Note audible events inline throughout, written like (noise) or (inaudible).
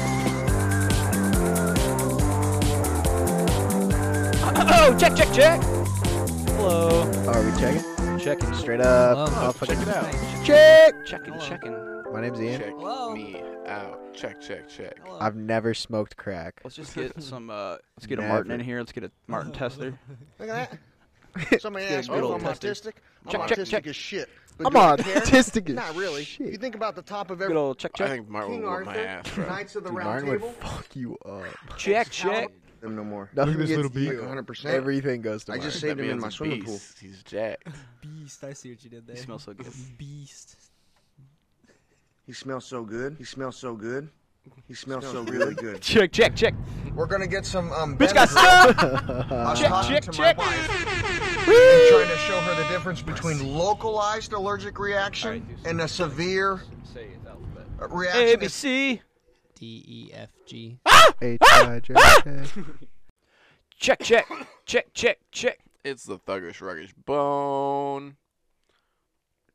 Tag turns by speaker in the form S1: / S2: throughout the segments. S1: Yo, Oh, check, check, check. Hello.
S2: Oh, Are we checking?
S1: Checking.
S2: Straight up.
S1: Hello.
S2: I'll
S3: Check
S2: fucking-
S3: it out.
S2: Check.
S1: Checking,
S3: Hello.
S1: checking.
S2: My name's Ian.
S3: Check
S1: Hello.
S3: me out. Check, check, check.
S2: I've never smoked crack.
S1: Let's just get some. Uh, let's get a Martin in
S2: Never.
S1: here. Let's get a Martin tester.
S4: Look at that. Somebody
S1: Let's
S4: asked
S1: get
S4: me
S1: a
S4: if
S1: good
S4: I'm
S1: old testing.
S4: autistic.
S1: Check,
S4: I'm
S1: check,
S4: autistic
S1: check.
S4: as shit. But
S2: I'm
S4: do I
S2: (laughs)
S4: care?
S2: autistic as
S4: Not really. You
S2: shit.
S4: think about the top of
S1: Good
S4: every
S1: old check,
S3: I
S1: check,
S3: think Martin
S4: King
S3: would whoop my
S4: Arthur,
S3: ass, bro.
S4: Knights of the
S2: Dude,
S4: Round
S2: Martin would
S4: Table.
S2: fuck you up.
S1: check, check.
S4: Them no more.
S2: Nothing
S5: this little
S2: gets
S5: beat.
S2: you.
S4: Like 100%.
S2: Everything goes to
S4: I
S2: Martin.
S4: just saved
S3: That
S4: him in
S3: man's
S4: my
S3: a
S4: swimming pool.
S3: beast. He's jacked.
S5: Beast. I see what you did there.
S1: You smell so good.
S5: Beast.
S4: He smells so good. He smells so good. He smells so really good.
S1: Check, check, check.
S4: We're gonna get some um.
S1: Bitch got
S4: Benadryl. (laughs)
S1: stuck.
S4: I was
S1: Check,
S4: talking
S1: check,
S4: to my
S1: check.
S4: wife and trying to show her the difference between localized allergic reaction and a severe uh,
S1: A
S4: reaction.
S1: B C.
S5: D E F G.
S2: H I
S1: Ah!
S2: J K.
S1: Check, check, check, check, check.
S3: It's the thuggish ruggish bone.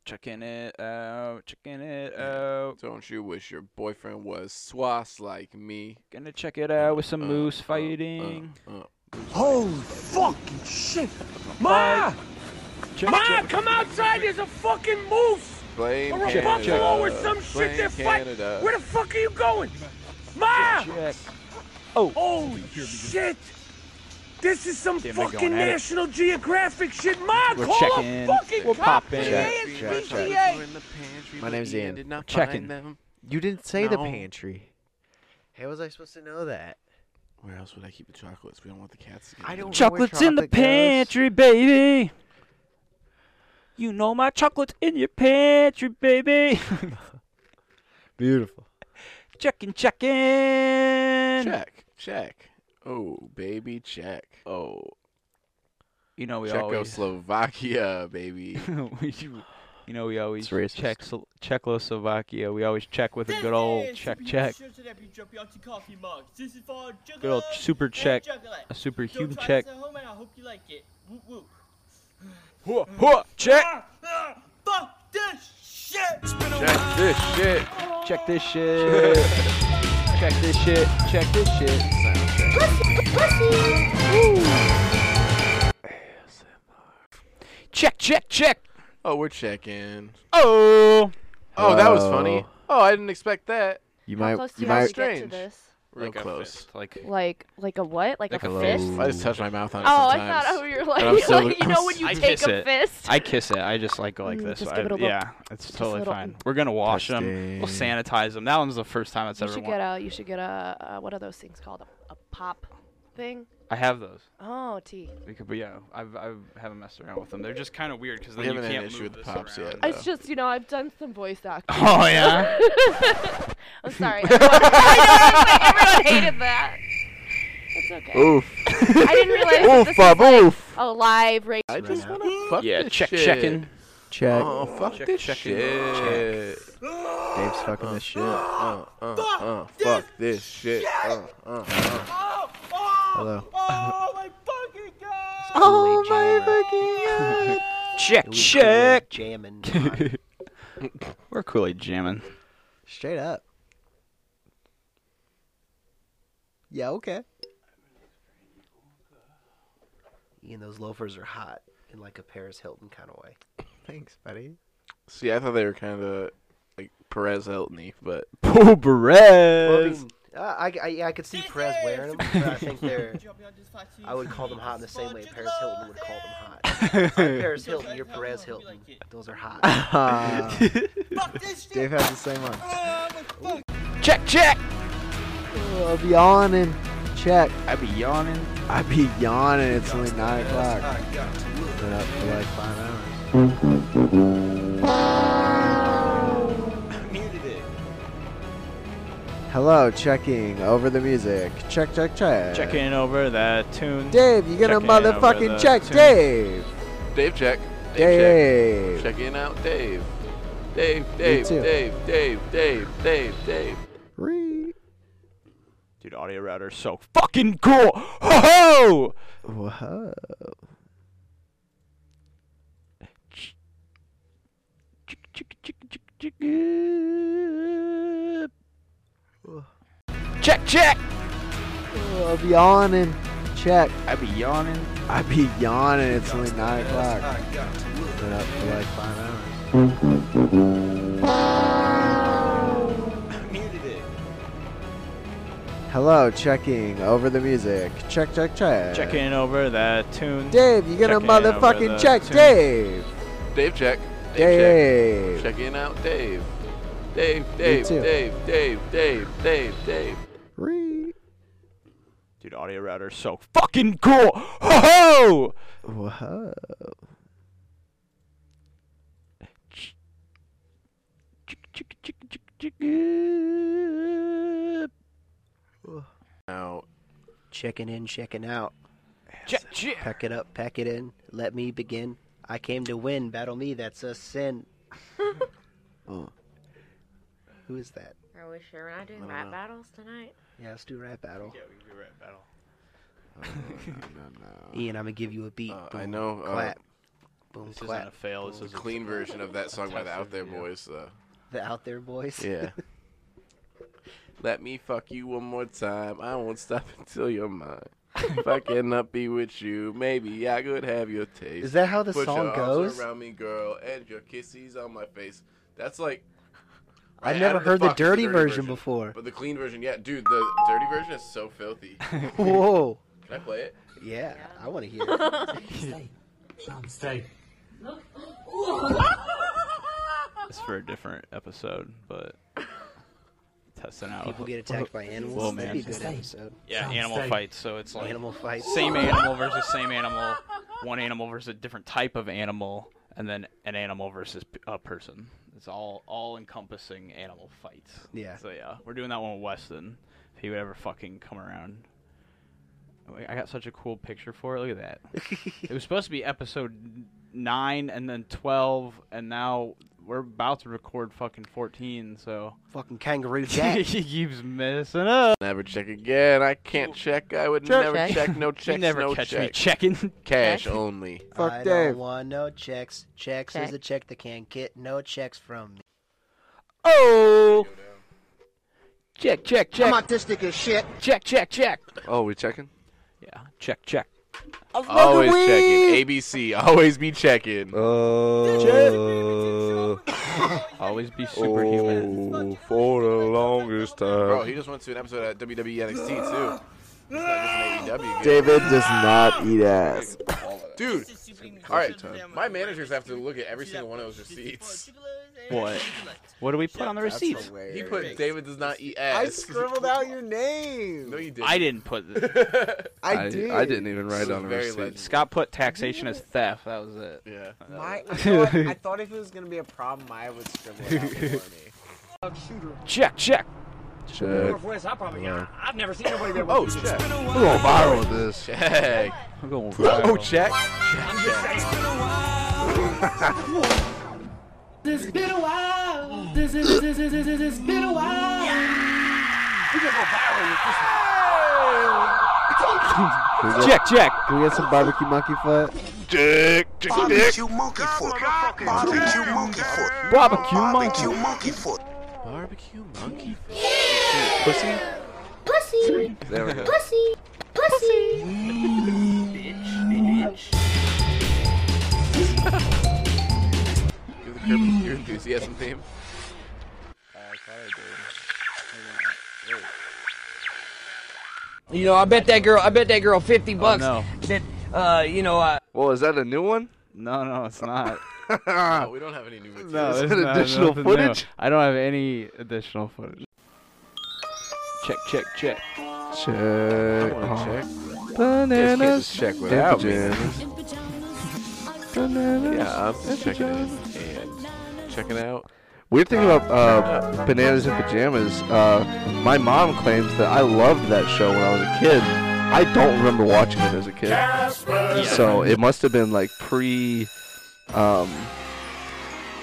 S1: Checking it out. Checking it out.
S3: Don't you wish your boyfriend was swass like me?
S1: Gonna check it out with some
S3: Uh,
S1: moose
S3: uh,
S1: fighting.
S3: Uh, uh.
S4: Holy fucking shit!
S1: Ma! Check, check.
S6: come outside! There's a fucking moose
S3: Blame
S6: or a
S3: Canada.
S6: buffalo or some shit.
S3: Blame
S6: They're fighting.
S3: Canada.
S6: Where the fuck are you going, Ma?
S1: Check.
S6: Holy shit! This is some
S1: Damn, they're
S6: fucking
S1: going at it.
S6: National Geographic shit, Ma.
S1: We're
S6: call
S1: checking.
S6: a fucking
S1: We're
S6: cop.
S1: popping.
S2: Check,
S6: PA,
S2: check, check.
S6: PA.
S2: My name's Ian.
S1: Checking.
S2: You didn't say the
S3: No.
S2: pantry. How was I supposed to know that?
S3: Where else would I keep the chocolates? We don't want the cats to get
S2: I
S3: them.
S2: don't
S1: Chocolate's in the pantry, baby. You know my chocolate's in your pantry, baby. (laughs)
S2: Beautiful.
S1: checking, checking.
S3: Check, check. Oh, baby, check.
S1: Oh, you know we always.
S3: Czechoslovakia, baby.
S1: (laughs) we do- you know we always
S2: racist.
S1: check Slo- Czechoslovakia. We always check with a good old check, check,
S7: This is for chocolate
S1: good old super check,
S7: and chocolate.
S1: a super
S7: Don't
S1: human
S7: try
S1: check.
S7: this at home and I hope you like it. Whoop whoop.
S1: Hua, hua, check,
S7: Ah, ah, fuck this shit!
S3: check this shit.
S1: check this shit, check this shit, check this shit. Check, check, check.
S3: Oh, we're checking.
S1: Oh,
S3: Oh, that was
S2: Whoa.
S3: funny. Oh, I didn't expect that.
S2: You
S8: How
S2: might.
S8: close do
S2: You
S8: you have
S2: might.
S8: to get to
S3: Strange.
S8: this?
S3: Real close.
S1: Like
S8: Like, like a what? Like,
S1: Like
S8: a,
S1: a
S8: fist?
S2: little-
S3: I just touched my mouth on it
S8: Oh, I
S3: sometimes.
S8: thought oh, (laughs) you were
S3: I'm
S8: like,
S3: so-
S8: like, you know when you
S1: I
S8: take
S1: kiss
S8: a
S1: it.
S8: fist.
S1: I kiss it. I just like go like
S8: Mm,
S1: this.
S8: just
S1: I-
S8: give it a little-
S1: yeah, it's
S8: a
S1: totally
S8: little- mm.
S1: fine. We're gonna wash them. We'll
S2: Testing.
S1: sanitize them. That one's the first time it's
S8: you
S1: ever.
S8: should
S1: wa-
S8: get a, you should get a, uh, what are those things called? A, a pop thing?
S1: I have those.
S8: Oh, T.
S1: We could, but yeah, I've I haven't messed around with them. They're just kind of weird because
S3: We
S1: then you
S3: haven't had
S1: can't
S3: an issue
S1: move
S3: with the
S1: this
S3: pops
S1: around.
S3: yet.
S8: It's just, you know, I've done some voice acting.
S1: (laughs) Oh (laughs) yeah.
S8: I'm sorry. Everyone, I know, everyone hated that. It's okay. I didn't realize that this was like, a live radio.
S3: (laughs) I just want to fuck
S1: yeah.
S3: this
S1: Check
S3: shit.
S1: checking.
S2: Check.
S3: Oh, fuck
S1: Check,
S3: this
S1: checking.
S3: shit.
S2: Dave's fucking this shit.
S3: Uh, uh, uh, fuck this shit. Uh, uh, uh.
S6: Oh, oh,
S2: Hello.
S6: oh my fucking god!
S2: Oh my fucking god.
S1: Check check. Jamming. We're coolly (laughs) jamming.
S2: Straight up. Yeah. Okay.
S9: Ian, those loafers are hot in like a Paris Hilton kind of way.
S2: Thanks, buddy.
S3: See, I thought they were kind of like Perez Hilton-y, but
S1: Pooh
S9: Well, I,
S1: Perez.
S9: mean, uh, I, I, yeah, I could see Perez wearing them, but I think they're. I would call them hot in the same way Paris Hilton would call them hot. (laughs) I'm Paris Hilton, you're Perez Hilton. Those are hot.
S2: (laughs) Dave
S6: Fuck this shit!
S2: has the same one.
S6: Oh, my fuck.
S1: Check check.
S2: Oh, I'll be yawning. Check.
S1: I be yawning.
S2: I be yawning. It's only nine o'clock. Been up for like five hours.
S1: Muted it.
S2: Hello, checking over the music. Check, check, check.
S1: Checking over that tune.
S2: Dave, you gonna
S1: Checking over the
S2: motherfucking check,
S1: tune.
S2: Dave.
S3: Dave check. Dave
S2: Dave.
S3: check. Checking out Dave. Dave, Dave,
S2: too.
S3: Dave, Dave, Dave, Dave, Dave.
S2: Re-
S1: Dude, audio router is so fucking cool. Ho ho.
S2: Whoa.
S1: Check, check.
S2: Oh, I'll be yawning. check.
S1: I be yawning.
S2: I be yawning. It's only nine o'clock. Been up for like five hours. Hello, checking over the music. Check, check, check.
S1: Checking over the tune.
S2: Dave, you gonna
S1: Checking over
S2: motherfucking
S1: the
S2: check,
S1: tune.
S2: Dave.
S3: Dave check. Dave
S2: Dave.
S3: check. Checking out Dave. Dave, Dave,
S2: too.
S3: Dave, Dave, Dave, Dave, Dave.
S2: Re-
S1: Dude, audio router's so fucking cool. Ho ho!
S2: Whoa.
S3: Out.
S9: Checking in, checking out.
S1: Check, check.
S9: Pack it up, pack it in. Let me begin. I came to win. Battle me, that's a sin.
S2: Oh.
S9: Who is that?
S8: Are we sure we're not doing rap battles tonight?
S9: Yeah, let's do rap battle.
S2: No, no,
S9: (laughs)
S2: no.
S9: Ian, I'm gonna give you a beat.
S3: Uh,
S9: Boom,
S3: I know. Uh,
S9: clap. Boom,
S1: This isn't a
S9: clap.
S1: fail. This is a
S3: clean version of that song by the Out There Boys. Uh,
S9: The out there boys.
S3: yeah. (laughs) Let me fuck you one more time. I won't stop until you're mine. if I cannot be with you, maybe I could have your taste.
S9: (laughs) Is that how the
S3: Put
S9: song
S3: your
S9: goes?
S3: arms uh, around me, girl, and your kisses on my face. That's like I
S9: I've never
S3: added the
S9: heard the
S3: fuck to
S9: dirty version
S3: (laughs)
S9: before.
S3: But the clean version, yeah, dude, the dirty version is so filthy. Can
S9: Whoa.
S3: I play it?
S9: Yeah, I want to hear it.
S1: It's for a different episode, but testing out.
S9: People get attacked by animals.
S1: Whoa,
S9: That'd
S1: man.
S9: be a good episode.
S1: yeah, animal fights. So it's like
S9: Animal fights.
S1: same animal versus same animal, one animal versus a different type of animal, and then an animal versus p- a person. It's all all encompassing animal fights.
S9: Yeah.
S1: So yeah, we're doing that one with Weston. If he would ever fucking come around. Oh, Wait, I got such a cool picture for it. Look at that. it was supposed to be episode n- nine and then twelve, and now we're about to record fucking fourteen. So
S9: Fucking
S1: (laughs)
S9: kangaroo
S1: he
S9: jack.
S1: keeps messing up.
S3: Never check again. I can't check. I would
S8: Check.
S3: never
S8: Check.
S3: check. No checks.
S1: you never
S3: no
S1: catch
S3: check.
S1: me checking.
S3: Cash
S8: Check.
S3: only.
S2: Fuck
S9: I
S2: Dave.
S9: don't want no checks. Checks is
S8: Check.
S9: a check that can't get no checks from me.
S1: Oh. Check, check, check,
S4: I'm autistic as shit.
S1: check, check, check.
S3: Oh, we checking?
S1: Yeah, check, check.
S3: Always checking. ABC. Always be checking.
S9: Uh,
S2: Oh.
S1: Always be
S9: oh,
S10: Oh.
S1: superhuman.
S2: for the longest
S3: Bro,
S2: time.
S3: he just went to an episode at E WWE NXT too. It's not just an E AEW gig.
S2: David does not eat ass.
S3: Dude,
S7: All
S3: all right. My managers have to look at every single one of those receipts.
S1: What? What do we put on the receipts?
S3: He put David does not eat ass.
S2: I scribbled out your name.
S3: No, you didn't.
S1: I didn't put. th-
S10: (laughs)
S2: I, did.
S10: I didn't even write
S3: This
S10: on
S3: is
S10: the
S3: very
S10: receipt.
S3: legend.
S1: Scott put taxation as theft. That was it. Uh,
S3: Yeah.
S2: My, I, thought,
S1: (laughs)
S2: I thought if it was gonna be a problem, I would scribble it out for me.
S1: Check, check.
S3: Oh, check.
S10: We're going viral with this.
S3: Check.
S1: I'm going
S3: Oh, check.
S1: Check, check.
S2: Can we get some barbecue monkey foot?
S3: Check. Check. Check.
S1: Barbecue monkey.
S3: Barbecue monkey. Pussy. Pussy. Pussy. Bitch. Bitch. Give the curb your enthusiasm theme.
S6: You know, I bet that girl, I bet that girl 50 bucks
S1: Oh, no.
S6: that, uh, you know, uh,
S10: Well, is that a new one?
S1: No, no,
S10: (laughs)
S1: it's not.
S3: Oh, we don't have any new material.
S1: No,
S10: Is
S1: it's
S10: that
S1: not
S10: additional
S1: nothing new.
S10: footage?
S1: I don't have any additional footage. Check, check, check.
S10: Check.
S3: I want to check. This kid
S10: Bananas.
S3: just check
S10: Yeah,
S3: without me.
S10: pajamas.
S3: Yeah, I'm just
S10: In
S3: checking it and checking out.
S10: We're thinking about uh, bananas and pajamas. Uh, my mom claims that I loved that show when I was a kid. I don't remember watching it as a kid. So it must have been like pre, um,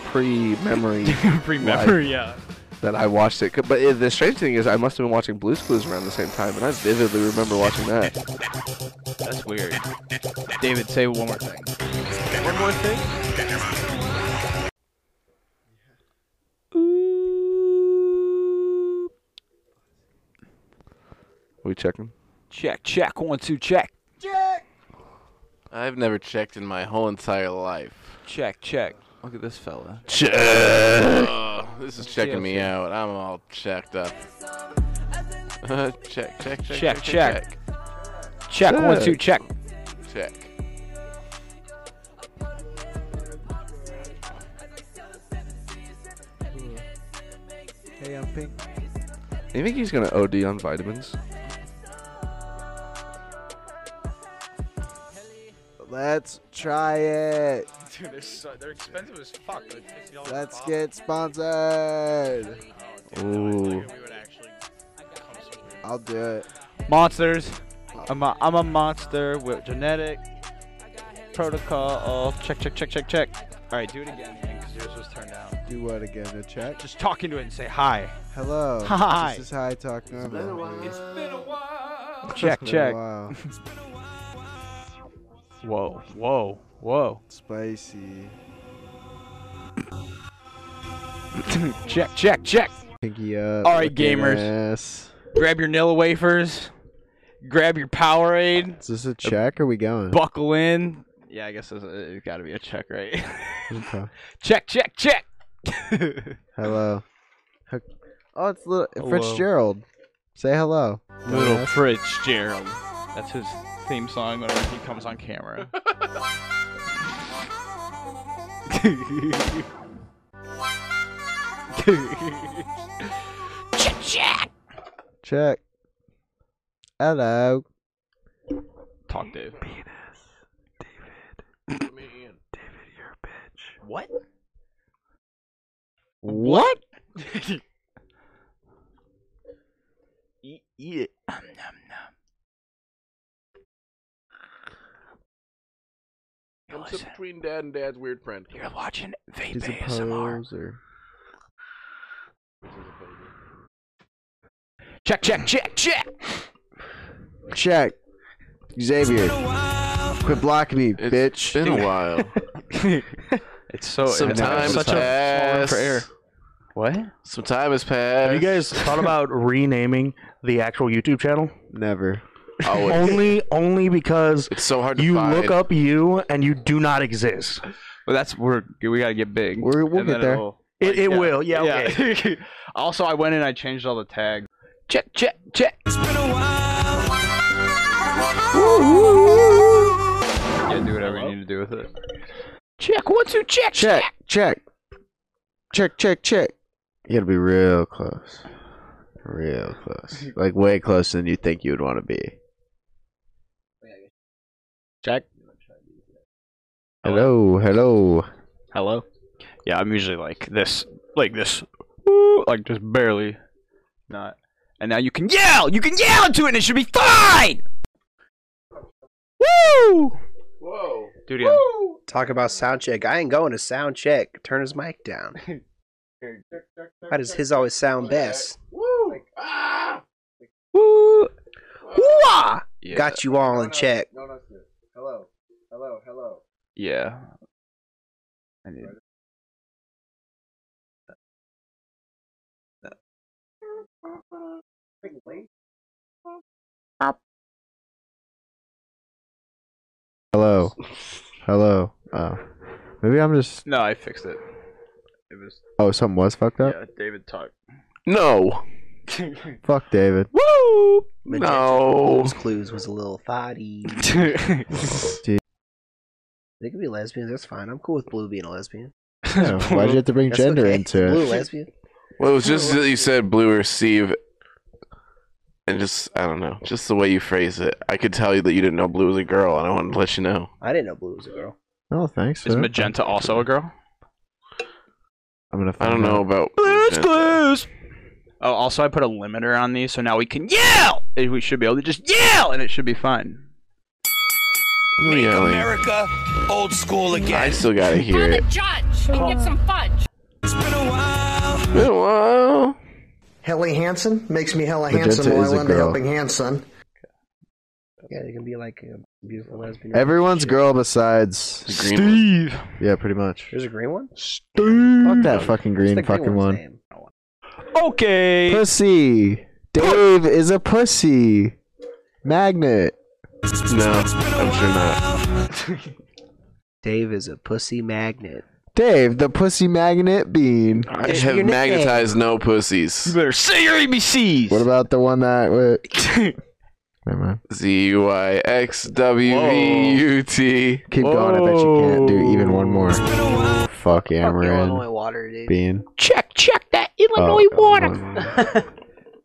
S10: pre memory
S3: (laughs)
S1: Remember, yeah.
S10: that I watched it. But it, the strange thing is, I must have been watching Blue's Clues around the same time, and I vividly remember watching that.
S1: That's weird. David, say one more thing.
S3: One more thing.
S10: we checking?
S1: Check, check. One, two, check.
S3: I've never checked in my whole entire life.
S1: Check, check. Look at this fella.
S3: Check. Oh, this is checking me
S1: TLC.
S3: out. I'm all checked up. (laughs) check, check, check,
S1: Check,
S3: check,
S1: check. Check, one, two, check.
S3: Check.
S5: Hey, I'm pink.
S10: You think he's gonna OD on vitamins?
S2: Let's try it.
S1: Dude, they're, so, they're expensive as fuck. Like, $50 a
S2: Let's
S1: pop.
S2: get sponsored.
S10: Ooh.
S2: I'll do it.
S1: Monsters. I'm a, I'm a monster with genetic protocol. Oh, Check, check, check, check, check. All right, do it again, because yours was turned down.
S2: Do what again? A check?
S1: Just talking to it and say hi.
S2: Hello.
S1: (laughs) Hi.
S2: This is how I talk normal.
S1: Check,
S2: Been a
S1: check.
S2: while.
S1: (laughs) Whoa, whoa, whoa.
S2: Spicy.
S1: (laughs) check, check, check.
S2: Pinky up.
S1: All right,
S2: looking
S1: gamers.
S2: ass.
S1: Grab your Nilla wafers. Grab your Powerade. Uh,
S2: Is this a check? Or are we going?
S1: Buckle in. Yeah, I guess it's, it's got to be a check, right? (laughs)
S2: Okay.
S1: check, check, check.
S2: Hello. Huck- Oh, it's little
S1: Hello.
S2: Fitzgerald. Say hello.
S1: Little
S2: Dumbass.
S1: Fritz Gerald. That's his theme song whenever he comes on (laughs) camera.
S2: Check. Hello.
S1: Talk to. Penis. David. David, you're a bitch. What?
S2: What?
S1: Eat, eat it. Um, nom, nom. You're,
S3: I'm
S1: listen-
S3: between dad and dad's weird friend.
S1: you're watching Vape
S2: He's a
S1: ASMR.
S2: poser.
S1: Check, check, check, check.
S2: Check. Xavier. Quit blocking me,
S3: It's
S2: bitch.
S3: been a while. (laughs)
S1: It's so
S3: Some
S1: it's
S3: time has
S1: such a small room
S3: passed.
S1: for air. What?
S3: Some time has passed.
S11: Have you guys thought about renaming the actual YouTube channel?
S2: Never.
S3: Oh, it-
S11: only, only because
S3: it's so hard to
S11: you
S3: find.
S11: look up you and you do not
S2: (laughs)
S11: exist.
S1: Well, that's we're we gotta get big.
S2: We're- we'll
S1: And
S2: get
S1: then
S2: there.
S1: it'll-
S11: It-
S1: like,
S11: it will, yeah,
S1: (laughs) also, I went in. I changed all the tags. Check, check, check. It's been a while. Yeah, do whatever you need to do with it. Check one, two, check,
S2: Check. Check. Check, check, check. You gotta be real close. Real close. Like way closer than you think you would want to be.
S1: check.
S2: Hello, hello.
S1: Hello. Yeah, I'm usually like this, like this, Ooh, like just barely, not. And now you can yell. You can yell into it, and it should be fine. Woo!
S3: Whoa.
S1: Do it again.
S9: Talk about sound check. I ain't going to sound check. Turn his mic down. Why does his always sound best?
S3: Woo. Ah.
S1: Woo!
S9: Whoa!
S1: Yeah.
S9: Got you all in check.
S2: No, that's good. Hello. Hello, hello.
S1: Yeah. I need.
S2: Hello. Hello. Oh. Maybe I'm just.
S1: No, I fixed it. It was
S2: Oh, something was fucked up?
S1: yeah. David talked.
S3: No.
S2: Fuck
S1: (laughs)
S2: David.
S3: Woo. No.
S9: Those clues was a little thotty.
S2: Dude.
S9: They could be lesbians. That's fine. I'm cool with Blue being a lesbian.
S2: Yeah, Why'd
S1: (laughs)
S2: you have to bring
S9: That's
S2: gender
S9: okay.
S2: into
S9: Blue
S2: it?
S9: lesbian.
S3: Well, it was just that you said blue or Steve, and just I don't know, just the way you phrase it. I could tell you that you didn't know blue was a girl, and I wanted to let you know.
S9: I didn't know Blue was a girl.
S2: Oh, thanks.
S1: Is
S2: man.
S1: Magenta also a girl?
S2: I'm gonna.
S3: I don't
S2: find
S11: Uh-huh.
S3: know
S2: out.
S3: about.
S1: clues. Oh, also I put a limiter on these, so now we can yell. And We should be able to just yell, and it should be fine.
S3: Make America old school again. I still gotta hear it.
S8: judge and get some fudge.
S3: Been a while.
S4: Helly Hansen makes me Hella
S2: Magenta
S4: Hansen while
S2: is a
S4: I lend a
S2: girl.
S4: helping hand, son.
S9: Yeah, they can be like a beautiful lesbian.
S2: Everyone's girl besides.
S3: The green one.
S2: Yeah, pretty much.
S9: There's a green one.
S2: Fuck that fucking
S9: What's
S2: green
S9: the
S2: fucking
S9: one's
S2: one.
S9: name?
S1: Okay.
S2: Pussy. Dave is a pussy. Magnet.
S3: No, I'm sure not.
S9: Dave is a pussy magnet.
S2: Dave, the pussy magnet bean.
S3: I have magnetized no pussies.
S1: You better say your ABCs.
S2: What about the one that? Wait. Never mind.
S3: Z Y X W V U T.
S2: Keep going. I bet you can't do even one more. Fuck yeah,
S9: Fuck
S2: we're in.
S9: Illinois water, dude.
S2: Bean.
S6: Check, check that Illinois
S2: Illinois Oh, water.
S6: water.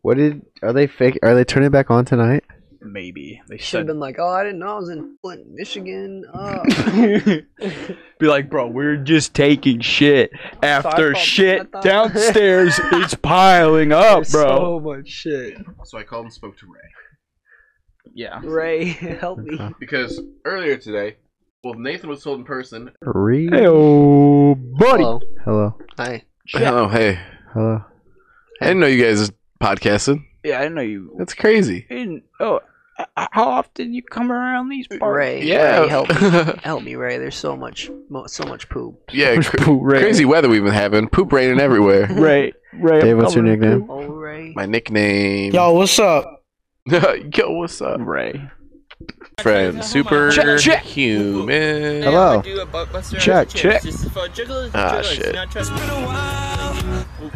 S2: What did? Are they fake? Are they turning back on tonight?
S1: Maybe they
S9: Should have
S1: should
S9: been like, oh, I didn't know I was in Flint, Michigan.
S2: (laughs)
S9: Oh.
S1: (laughs)
S12: Be like, bro, we're just taking shit after
S9: Sorry,
S12: shit
S9: Papa.
S12: downstairs. it's piling up,
S9: There's
S12: bro.
S9: So much shit.
S3: So I called and spoke to Ray.
S12: yeah.
S9: Ray, (laughs) help me.
S3: Because earlier today, well, Nathan was told in person.
S2: Re-
S12: Heyo, buddy.
S9: Hello.
S2: Hello.
S9: Hi.
S3: Oh, hey.
S2: Hello.
S3: I didn't know you guys podcasted.
S1: Yeah, I didn't know you.
S3: That's crazy.
S1: I didn't- oh, h- how often you come around these parts?
S9: Ray,
S3: Yeah.
S9: Ray,
S2: (laughs)
S9: help me. help me, Ray. There's so much, mo- so much poop.
S3: (laughs) Yeah, cr-
S12: Poop Ray.
S3: crazy weather we've been having. Poop raining everywhere.
S12: Ray. Ray.
S2: Dave, what's your
S12: coming.
S2: nickname?
S9: Oh, Ray.
S3: My nickname.
S12: Yo, what's up?
S3: (laughs) Yo, what's up,
S1: Ray.
S3: friend? Super human.
S2: Hello.
S1: Oh.
S7: I do a blockbuster as a
S2: Check,
S7: chick.
S2: check.
S7: This is for jugglers and
S3: Ah,
S7: jugglers,
S3: shit.
S7: not trust- Woo,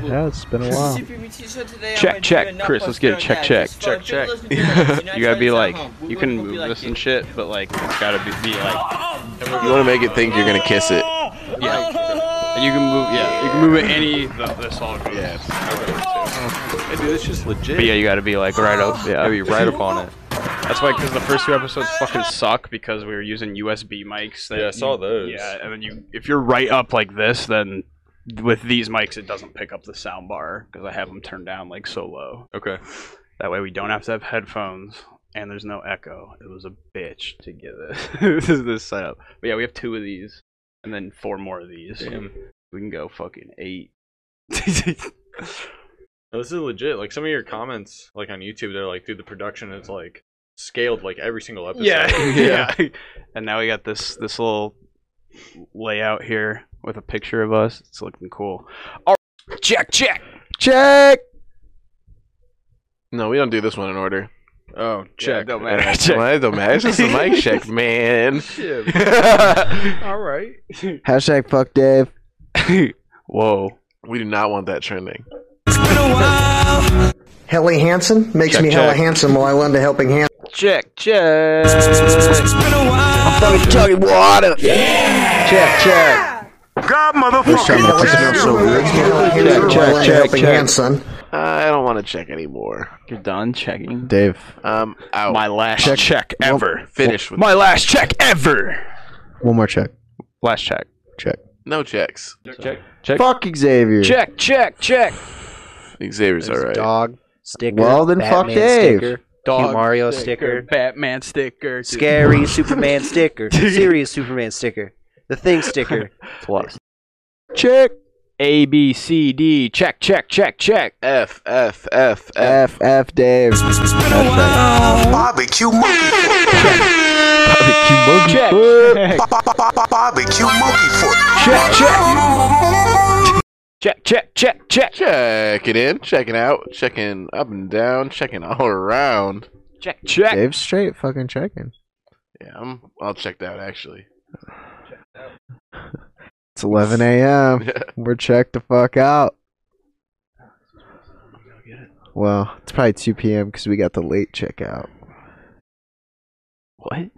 S7: woo.
S2: Yeah, it's been a
S7: This
S2: while.
S7: is Super Mutant Show today. I'm
S1: Check,
S7: gonna do
S1: check.
S7: a not
S1: Chris, let's get a
S7: buster
S1: check,
S7: on that.
S1: check.
S7: This is for
S1: Check, check.
S7: jugglers and jugglers, do
S1: (laughs)
S7: not
S1: You gotta
S7: try
S1: be
S7: this at
S1: like,
S7: home. Woo,
S1: you
S7: woo,
S1: can
S7: won't be
S1: move
S7: like
S1: this
S7: it.
S1: and shit, but like it's gotta be, be like,
S3: You want to make it think you're gonna kiss it?
S1: and you can move, yeah, you can move it any. The, this all goes.
S3: Yeah.
S12: Hey, dude, this shit's legit.
S1: But yeah, you gotta be like right up, yeah,
S12: I'd be right up on it.
S1: That's why, because the first two episodes fucking suck because we were using USB mics. That
S12: Yeah, I saw
S1: you-
S12: those.
S1: Yeah, and then you, if you're right up like this, then with these mics it doesn't pick up the sound bar because I have them turned down like so low.
S12: Okay.
S1: That way we don't have to have headphones and there's no echo. It was a bitch to get this. this is (laughs) this setup. But yeah, we have two of these and then four more of these.
S12: Damn.
S1: We can go fucking
S12: (laughs)
S1: eight. (laughs)
S12: No, this is legit. Like some of your comments, like on YouTube, they're like, dude, the production is like scaled like every single episode.
S7: (laughs)
S1: yeah, yeah. And now we got this this little layout here with a picture of us. It's looking cool. All right, check,
S12: (laughs)
S1: check.
S2: Check.
S3: No, we don't do this one in order.
S12: Oh,
S1: Yeah,
S12: check.
S3: (laughs)
S1: it don't matter.
S3: Well,
S1: Check.
S3: it don't matter. It's
S1: (laughs)
S3: just a mic check, man.
S12: All right.
S2: Hashtag fuck Dave.
S1: Whoa.
S3: We do not want that trending.
S4: Helly Hansen makes me hella handsome while I lend a helping hand.
S1: Check, check. I'm fucking chugging water.
S2: Check, check. Who's trying to make us feel so weird?
S4: Makes me hella handsome while I lend a helping hand, son.
S3: I don't want to check anymore.
S1: You're done checking.
S2: Dave.
S3: Um, out.
S1: My last check, ever.
S3: Finish with
S1: My last check ever.
S2: One more check.
S1: Last check.
S2: Check.
S3: no checks.
S12: Check. Check.
S2: Fuck Xavier.
S1: Check, check, check.
S3: Xavier's all right.
S9: Dog sticker.
S2: Well, then fuck
S9: Batman
S2: Dave.
S9: Sticker,
S1: Dog
S9: Dog Mario
S1: sticker,
S9: sticker.
S1: Batman sticker. dude. (laughs)
S9: Scary Superman sticker. Serious Superman sticker. The
S1: (laughs)
S9: Thing sticker.
S1: Plus.
S2: Check.
S1: A B C D. Check, check, check, check.
S3: F F F F.
S2: F F Dave. Hashtag
S4: Barbecue monkey foot.
S2: barbecue monkey
S1: Check.
S2: foot.
S4: Barbecue monkey foot.
S1: Check, check. Check, check, check, check.
S3: Check it in. Checking out. Checking up and down. Checking all around.
S1: Check, check.
S2: Dave's straight fucking checking.
S3: Yeah, I'm all checked out actually. (laughs)
S2: It's 11 a.m. We're checked the fuck out. Well, it's probably 2 p.m. because we got the late checkout.
S1: What?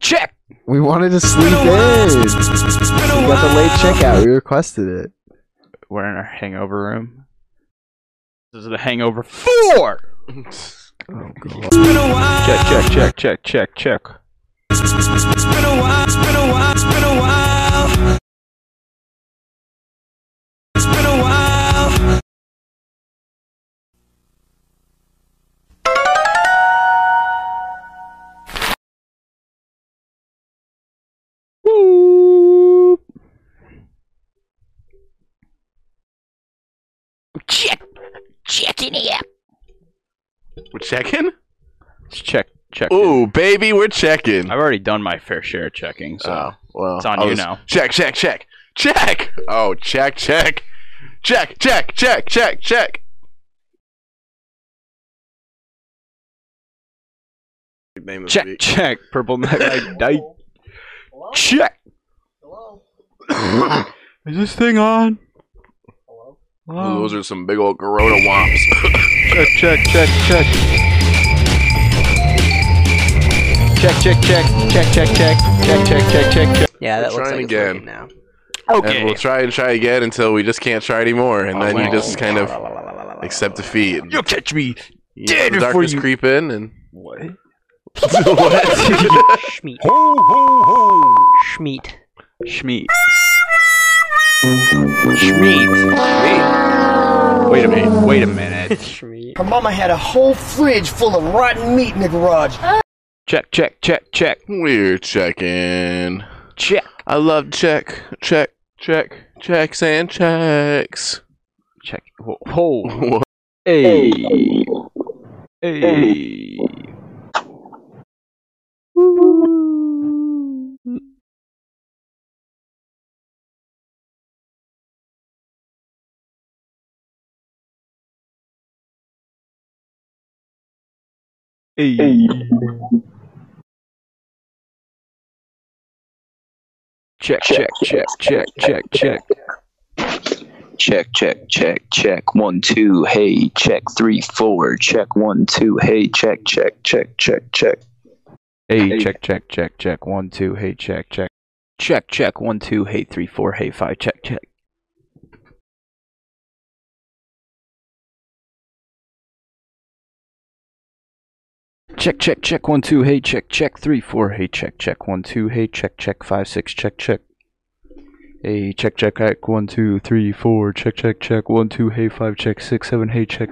S1: Check.
S2: We wanted to sleep in. We got the late checkout. We requested it.
S1: We're in our hangover room. This is the hangover four.
S2: Oh, God.
S1: Check, check, check, check, check, check. Whoop. Check, check in here.
S3: We're checking.
S1: Check, check.
S3: Ooh, baby, we're checking.
S1: I've already done my fair share of checking, so
S3: oh, well,
S1: it's on
S3: I
S1: you
S3: was-
S1: now.
S3: Check, check, check, check. Oh, check, check, check, check, check, check, check. Name of the
S1: check,
S3: week.
S9: (laughs)
S1: check. Purple night,
S2: Check.
S1: Is this thing on?
S3: Ooh, those are some big old Corona womps.
S10: Check, check, check, check.
S6: Check, check, check, check, check, check, check, check, check, check, check. Yeah, that
S3: We're
S6: looks
S3: trying
S6: like
S3: again.
S6: it's working now.
S3: And we'll try and try again until we just can't try anymore, and then you just kind
S1: (laughs)
S3: of accept defeat. You'll
S1: Oh, catch me
S3: dead the darkness
S10: you-
S3: creep in, and
S10: What?
S3: what?
S6: Schmeat. Ho, ho, ho. Schmeat.
S1: Schmeat.
S3: Schmeat.
S1: Wait a minute. Wait a minute.
S9: Her mama had a whole fridge full of rotten meat in the garage.
S3: Check, check, check, check. We're checking. Check. I love check, check, check, checks and checks.
S1: Check.
S3: (laughs)
S1: Whoa.
S3: hey.
S1: Hey. Hey. Check, check, check, check, check, check.
S13: Check, check, check, check. One, two, hey, check. Three, four, check. One, two, hey, check, check, check, check, check.
S1: Hey, check, check, check, check. One, two, hey, check, check. Check, check. One, two, hey, three, four, hey, five, check, check. Check, check, check. One, two, hey, check, check. Three, four, hey, check, check. One, two, hey, check, check. Five, six, check, check. Hey, check, check, check. One, two, three, four. Check, check, check. One, two, hey, five, check. Six, seven, hey, check.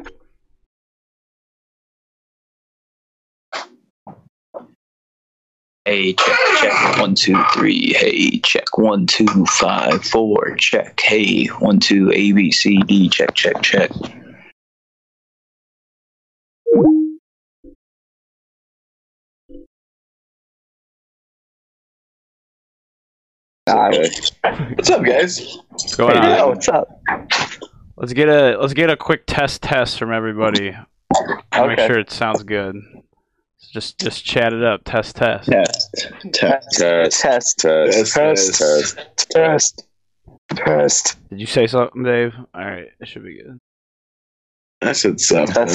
S13: Hey, check, check. One, two, three, hey, check. One, two, five, four, check. Hey, one, two, A, B, C, D, check, check, check.
S14: What's up, guys?
S1: What's going
S14: Hey,
S1: on?
S14: yeah, what's up?
S1: Let's get a let's get a quick test test from everybody. I'll Make
S14: Okay.
S1: sure it sounds good. Just just chat it up. Test test.
S14: Test, test, test, test, test, test, test, test, test.
S1: Did you say something, Dave? All right, it should be good. (laughs)
S14: I said something.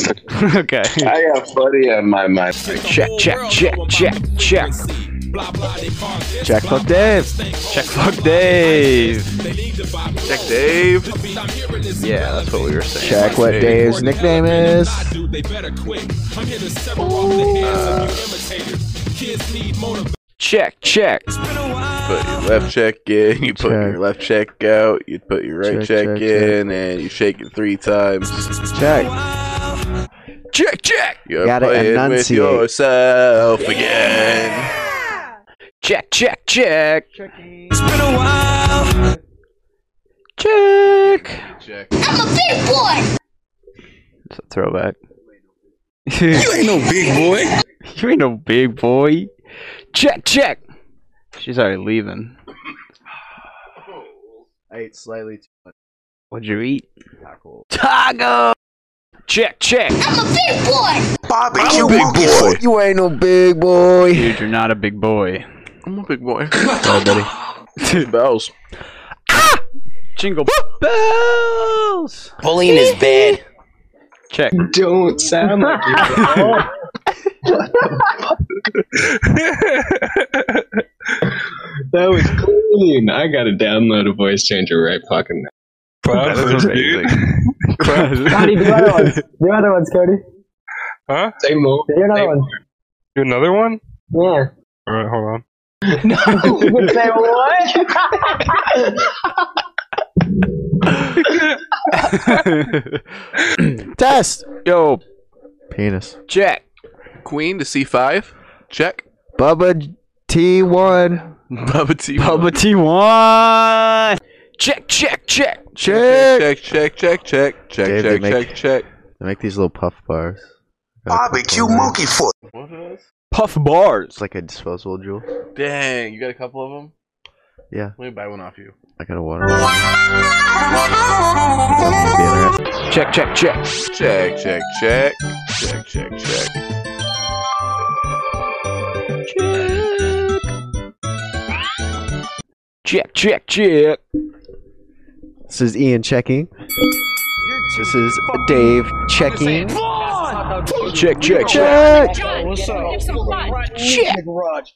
S1: okay.
S14: I got funny on my mind.
S1: Check, check, check, check, check.
S10: Check fuck Dave.
S1: Check fuck Dave.
S10: Check Dave.
S1: Yeah, that's what we were saying.
S2: Check what Dave's nickname is.
S1: Check, check.
S3: Put your left check in, you put your left check out, you put your right
S2: Check,
S3: check,
S2: check,
S3: in, and you shake it three times.
S2: Check.
S1: Check, check.
S3: You're
S2: Gotta
S3: playing with
S2: enunciate.
S3: yourself again.
S1: Check, check, check.
S5: It's been a while.
S1: Check.
S3: Check.
S5: I'm a big boy.
S1: It's a throwback. you ain't no big boy. (laughs) You ain't no big boy. Check, check. She's already leaving.
S2: I ate slightly too much.
S1: What'd you eat? Taco. Taco. Check, check.
S5: I'm a big boy.
S2: I'm a big boy. You ain't no big boy.
S1: Dude, you're not a big boy.
S3: I'm a big boy.
S1: Oh,
S3: (laughs)
S1: buddy.
S3: bells.
S1: Jingle bells.
S6: Bullying is bad.
S1: Check.
S14: Don't sound like you. that was clean. I gotta download a voice changer right fucking now.
S12: That is amazing.
S14: Cody, do another
S12: (laughs)
S14: one. Do another one, Cody.
S12: Huh?
S14: Same move. Do another one.
S12: Do another one?
S14: Yeah.
S12: All right, hold
S14: (laughs)
S12: on.
S14: Say
S12: (laughs)
S14: (laughs) what?
S2: Test.
S1: Yo.
S2: Penis.
S1: Check.
S3: Queen to c5. Check.
S2: Bubba T1.
S3: Bubba T1.
S1: Bubba T1. Check, check, check.
S2: Check.
S3: Check, check, check, check, check,
S2: Dave, they
S3: check,
S2: make-
S3: check, check.
S2: They make these little puff bars.
S3: Barbecue monkey foot. What is?
S1: Puff bars.
S2: It's like a disposable jewel.
S3: Dang, you got a couple of them?
S2: Yeah,
S3: Let me buy one off you.
S2: I got a water. That'd be interesting.
S1: Check, check, check.
S3: Check, check, check. Check, check,
S2: Check,
S3: check.
S2: check, check. This is Ian checking. This is Dave checking. Check, check, check.
S5: What's up?
S2: Shit.
S5: garage.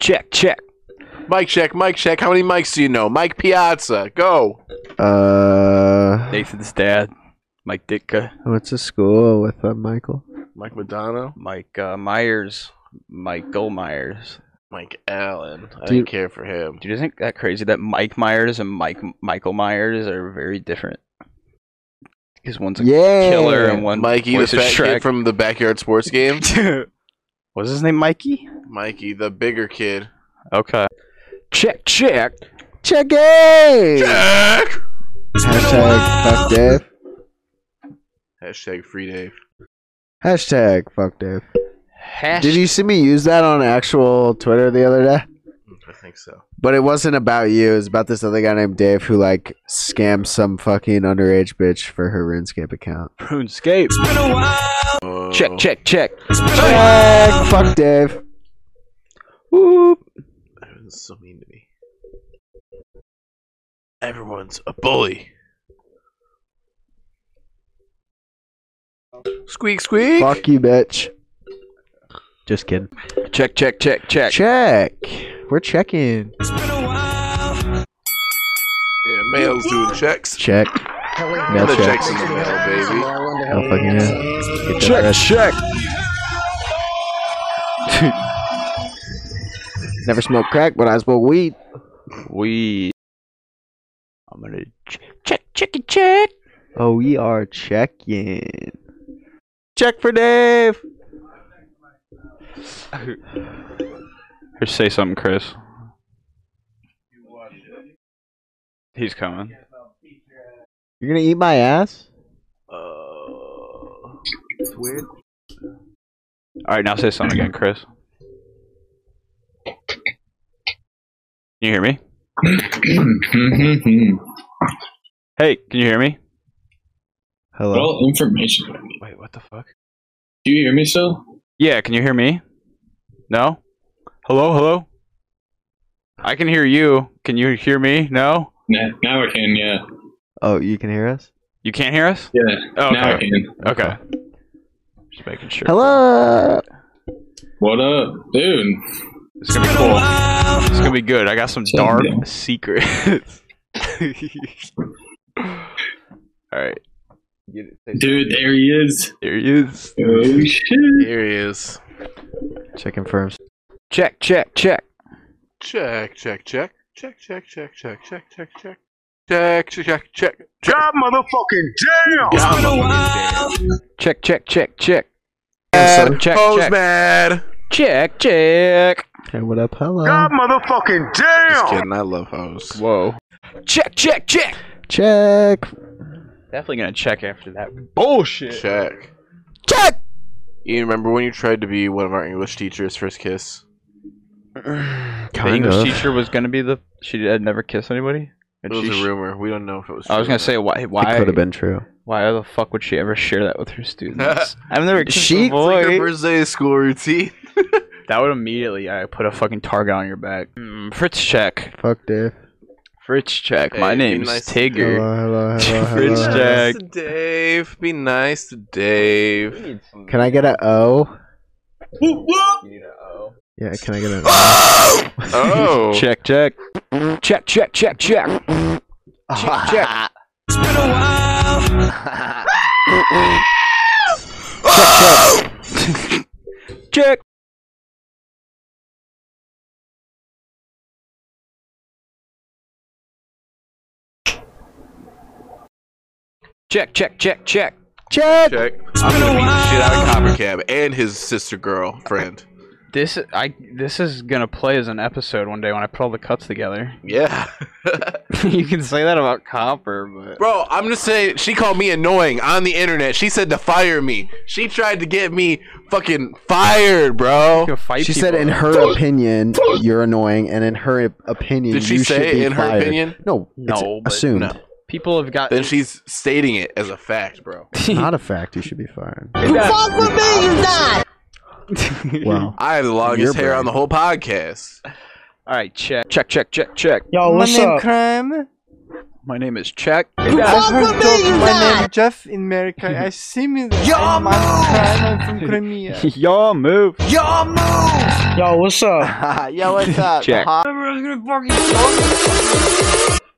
S2: Check, check.
S3: Mike check, Mike check. How many mics do you know? Mike Piazza, go.
S2: Uh,
S1: Nathan's dad, Mike Ditka,
S2: I went to school with uh, Michael.
S3: Mike Madonna,
S1: Mike uh, Myers, Mike Myers,
S3: Mike Allen. I
S1: Dude-
S3: didn't care for him.
S1: Do you think that crazy that Mike Myers and Mike Michael Myers are very different? Because one's a killer and one
S3: Mikey the
S1: voices
S3: fat
S1: Shrek.
S3: kid from the backyard sports game.
S1: Was his name Mikey?
S3: Mikey, the bigger kid.
S1: Okay.
S2: Check, check. Check it.
S3: Check.
S2: Hashtag fuck Dave.
S3: Hashtag free Dave.
S2: Hashtag fuck Dave. Did you see me use that on actual Twitter the other day?
S3: I think so.
S2: But it wasn't about you. It was about this other guy named Dave who like scammed some fucking underage bitch for her RuneScape account.
S1: RuneScape.
S2: Check, check, check. Check. Fuck Dave. Whoop.
S3: Everyone's so mean to me. Everyone's a bully. Squeak, squeak.
S2: Fuck you, bitch. Just kidding.
S1: Check, check, check, check.
S2: Check. We're checking.
S3: Yeah, mail's doing checks.
S2: Check. Mail
S3: Another
S2: check.
S3: checks in the mail, baby.
S2: Oh, fucking yeah. Get that rest. (laughs) Never smoked crack, but I smoke weed.
S1: Weed. I'm gonna
S2: check, check, check, check. Oh, we are checking. Check for Dave.
S1: Here, say something, Chris. He's coming.
S2: You're gonna eat my ass?
S3: It's weird.
S1: All right, now say something again, Chris. Can you hear me? hey, can you hear me?
S14: Hello. Well, information.
S1: Wait, what the fuck?
S14: Do you hear me still?
S1: Yeah, can you hear me? No? Hello, hello? I can hear you. Can you hear me? No?
S14: Yeah, now I can. Yeah.
S2: Oh, you can hear us?
S1: You can't hear us?
S14: Yeah.
S1: Oh,
S14: Now I
S1: okay.
S14: can.
S1: Okay. Just making sure.
S2: Hello.
S14: What up, dude?
S1: It's gonna be cool. It's gonna be good. I got some dark secrets. (laughs) Alright.
S14: Dude, there he
S2: (laughs)
S14: is.
S1: There he is.
S14: Oh shit.
S3: Here he is.
S2: Check confirms.
S1: Check, check, check.
S3: Check, check, check. Check, check, check, check, check, check, check. Check, check, check, check. God motherfucking damn! God motherfucking damn.
S1: Check, check, check, check.
S2: Mad.
S1: Check,
S2: Hoes
S1: check. Check, check.
S2: Hey, what up? Hello.
S3: motherfucking damn! Just kidding, I love hoes.
S1: Whoa. Check, check, check.
S2: Check.
S1: Definitely gonna check after that bullshit.
S3: Check.
S2: Check!
S3: You remember when you tried to be one of our English teachers' first kiss?
S1: the
S2: Kind
S1: English
S2: of.
S1: teacher was gonna be the she had never kissed anybody. And
S3: It was
S1: she-
S3: a rumor. We don't know if it was.
S1: I was
S3: true
S1: gonna
S3: or
S1: say why
S2: It
S1: why
S2: could have been true.
S1: why the fuck would she ever share that with her
S3: (laughs)
S1: students? I've never kissed
S3: She-
S1: a
S3: It's like her
S1: boy.
S3: first day of school routine.
S1: that would immediately I put a fucking target on your back. Mm, Fritz check.
S2: Fuck Dave.
S1: Fritz check.
S3: Hey,
S1: My
S3: it'd be
S1: name's
S3: nice to-
S1: Tigger.
S2: Hello, hello, hello,
S1: (laughs) Fritz
S2: hello.
S1: (laughs) check.
S3: Nice to Dave. Be nice to Dave.
S2: Can I get a O? Yeah, can I get an O?
S3: (laughs) Oh.
S1: (laughs) Check check. Check check check check.
S2: check, check.
S1: Check. Check check check check.
S2: Check.
S3: Check. I'm gonna beat the shit out of Copper Cab and his sister girl friend.
S1: This I this is gonna play as an episode one day when I put all the cuts together. (laughs)
S3: (laughs) Yeah.
S1: you can say that about Copper, but
S3: Bro, I'm just saying, she called me annoying on the internet. She said to fire me. She tried to get me fucking fired, bro.
S2: She said, in her opinion, you're annoying, and in her opinion,
S3: Did she
S2: you
S3: say
S2: should be
S3: in her
S2: fired.
S3: opinion?
S2: No, it's
S1: No, but
S2: assumed.
S3: no.
S1: people have got (laughs)
S3: Then she's stating it as a fact, bro.
S2: Not a fact. You should be fired.
S5: Fuck with me, you not.
S2: (laughs)
S3: Wow. I had the
S2: Your
S3: longest hair
S2: brain.
S3: on the whole podcast.
S2: All right, check, check, check, check, check.
S15: Yo, My what's name up?
S2: Crime. My name is
S15: (laughs)
S2: Check.
S15: You
S1: (laughs)
S15: guys were told my name Jeff in America.
S12: (laughs)
S15: I see me there. Oh, Yo, I'm Ukraine, I'm from Crimea.
S2: Y'all move.
S15: Yo, move. Yo, what's up?
S9: Yo, what's up?
S2: Check.
S9: Huh?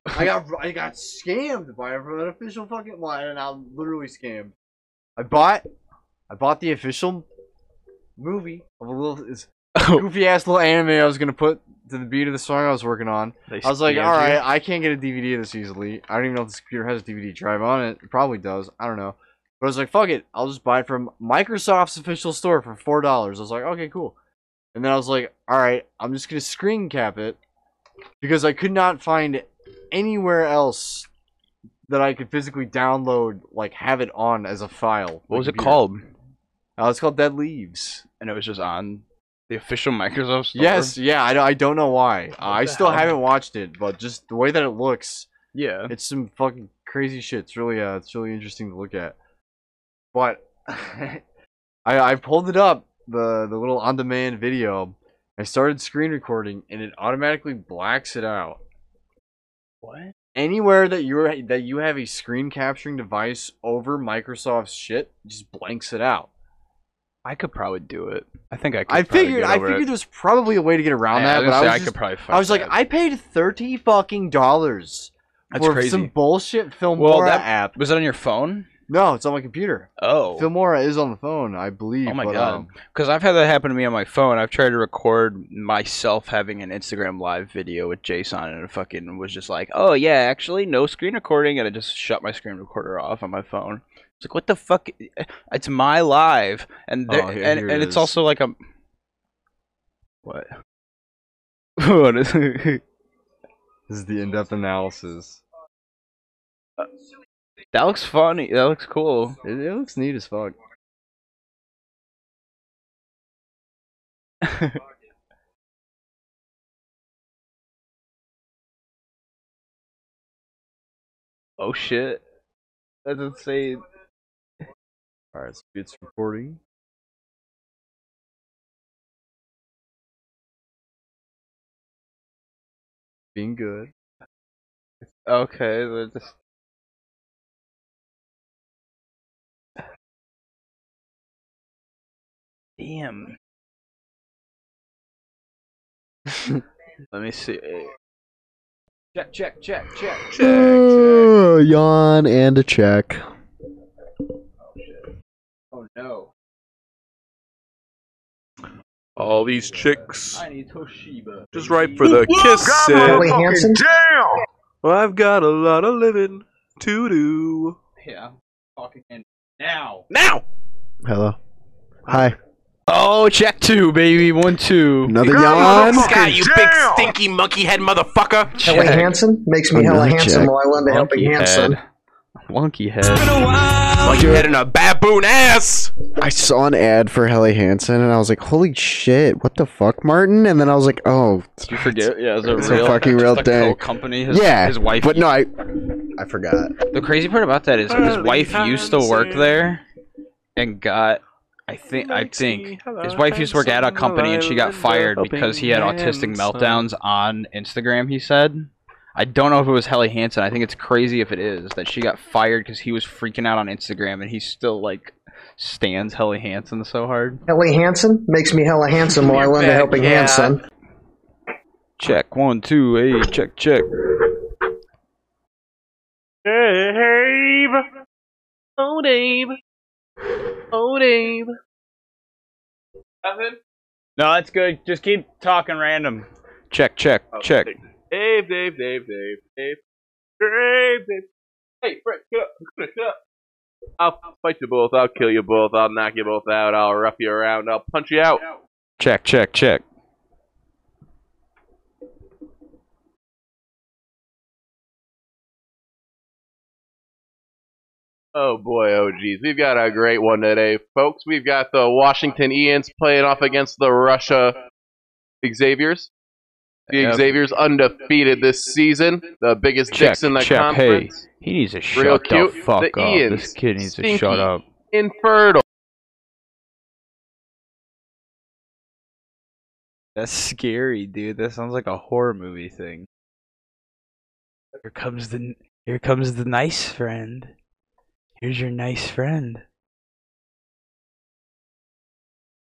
S15: I got I got scammed by an official fucking one, and I'm literally scammed. I bought I bought the official movie of a
S1: (laughs)
S15: little it's goofy ass little anime I was gonna put to the beat of the song I was working on.
S9: They
S15: I was like,
S9: scammed
S15: all right,
S9: you?
S15: I can't get a DVD of this easily. I don't even know if this computer has a DVD drive on it. It probably does. I don't know. But I was like, fuck it, I'll just buy it from Microsoft's official store for four dollars. I was like, okay, cool. And then I was like, all right, I'm just gonna screen cap it because I could not find anywhere else that I could physically download, like have it on as a file.
S1: What was it
S15: Computer.
S1: called?
S15: Uh, it's called Dead Leaves.
S1: And it was just on the official Microsoft store.
S15: Yes, yeah, I, don't- I don't know why. I
S1: the
S15: still
S1: hell?
S15: haven't watched it, but just the way that it looks,
S1: yeah,
S15: it's some fucking crazy shit. It's really, uh, it's really interesting to look at. But (laughs) I, I pulled it up the the little on demand video. I started screen recording, and it automatically blacks it out.
S1: What?
S15: Anywhere that you're that you have a screen capturing device over Microsoft's shit, it just blanks it out.
S1: I could probably do it. I think I could.
S15: I
S1: probably
S15: figured
S1: get
S15: I
S1: over
S15: figured
S1: it.
S15: there's probably a way to get around
S1: Yeah, I
S15: that,
S1: was
S15: but
S1: gonna
S15: I
S1: say,
S15: was
S1: I
S15: just-
S1: could probably
S15: I was
S1: find
S15: like, I paid thirty fucking dollars
S1: That's
S15: for
S1: crazy.
S15: some bullshit Filmora
S1: well, that
S15: app.
S1: was it on your phone?
S15: No, it's on my computer.
S1: Oh,
S15: Filmora is on the phone, I believe.
S1: oh my
S15: but,
S1: god!
S15: um,
S1: Because I've had that happen to me on my phone. I've tried to record myself having an Instagram live video with JSON, and it fucking was just like, oh yeah, actually no screen recording, and I just shut my screen recorder off on my phone. It's like, what the fuck? It's my live, and
S15: Oh,
S1: there,
S15: here-
S1: and,
S15: here it
S1: and
S15: is.
S1: it's also like a what? (laughs) what is (laughs) it?
S15: this is the in-depth analysis.
S1: That looks funny. That looks cool.
S15: It, it looks neat as fuck.
S1: Oh shit. That's insane.
S15: (laughs) Alright, so it's recording. Being good.
S1: Okay, they're just Damn. (laughs) Let me see. Check, check, check, check.
S2: Uh, yawn and a check.
S1: Oh no.
S3: All these chicks
S1: I need Toshiba.
S3: just right for the
S1: Wait,
S3: kisses.
S1: Hanson?
S3: Damn! Well, I've got a lot of living to do.
S1: Yeah. Talk again. Now.
S3: Now.
S2: Hello. Hi.
S1: Oh, check two, baby. One, two.
S2: Another yawn.
S3: Scott, you big stinky monkey head motherfucker.
S1: Hella Check.
S4: handsome makes me hella handsome while I lend a helping hand, son.
S1: Wonky head.
S3: Monkey head and a baboon ass.
S2: I saw an ad for Helly Hansen and I was like, holy shit, what the fuck, Martin? And then I was like, oh,
S1: Did you forget? Yeah, it's a
S2: it's
S1: real
S2: a fucking real
S1: the
S2: thing.
S1: company. His,
S2: yeah,
S1: his wife.
S2: But no, I, I forgot.
S1: The crazy part about that is his
S3: Early
S1: wife used to
S3: times
S1: work
S3: in-
S1: there, and got. I think I think his wife used to work at a company and she got fired because he had autistic meltdowns on Instagram. He said, "I don't know if it was Helly Hansen. I think it's crazy if it is that she got fired because he was freaking out on Instagram and he still like stands Helly Hansen so hard."
S4: Hella handsome makes me hella handsome while I lend a helping hand, son.
S1: Check one two hey check check.
S5: Hey, Dave. Oh, Dave. Oh, Dave.
S1: Nothing. No, that's good. Just keep talking random. Check check check.
S5: Oh, Dave, Dave, Dave, Dave, Dave. Dave, Dave. Hey, Frank, get
S3: (laughs)
S5: up. Get up.
S3: I'll fight you both. I'll kill you both. I'll knock you both out. I'll rough you around. I'll punch you out.
S1: Check, check, check.
S3: Oh boy, oh geez. We've got a great one today, folks. We've got the Washington Ians playing off against the Russia Xaviers. The
S1: Yep.
S3: Xaviers undefeated this season. The biggest dicks in the conference.
S1: Hey, he needs to shut
S3: Real
S1: the
S3: cute.
S1: fuck
S3: The
S1: up.
S3: Ians.
S1: This kid needs
S3: Stinky.
S1: to shut up.
S3: Infertile.
S1: That's scary, dude. That sounds like a horror movie thing. Here comes the here comes the nice friend. Here's your nice friend.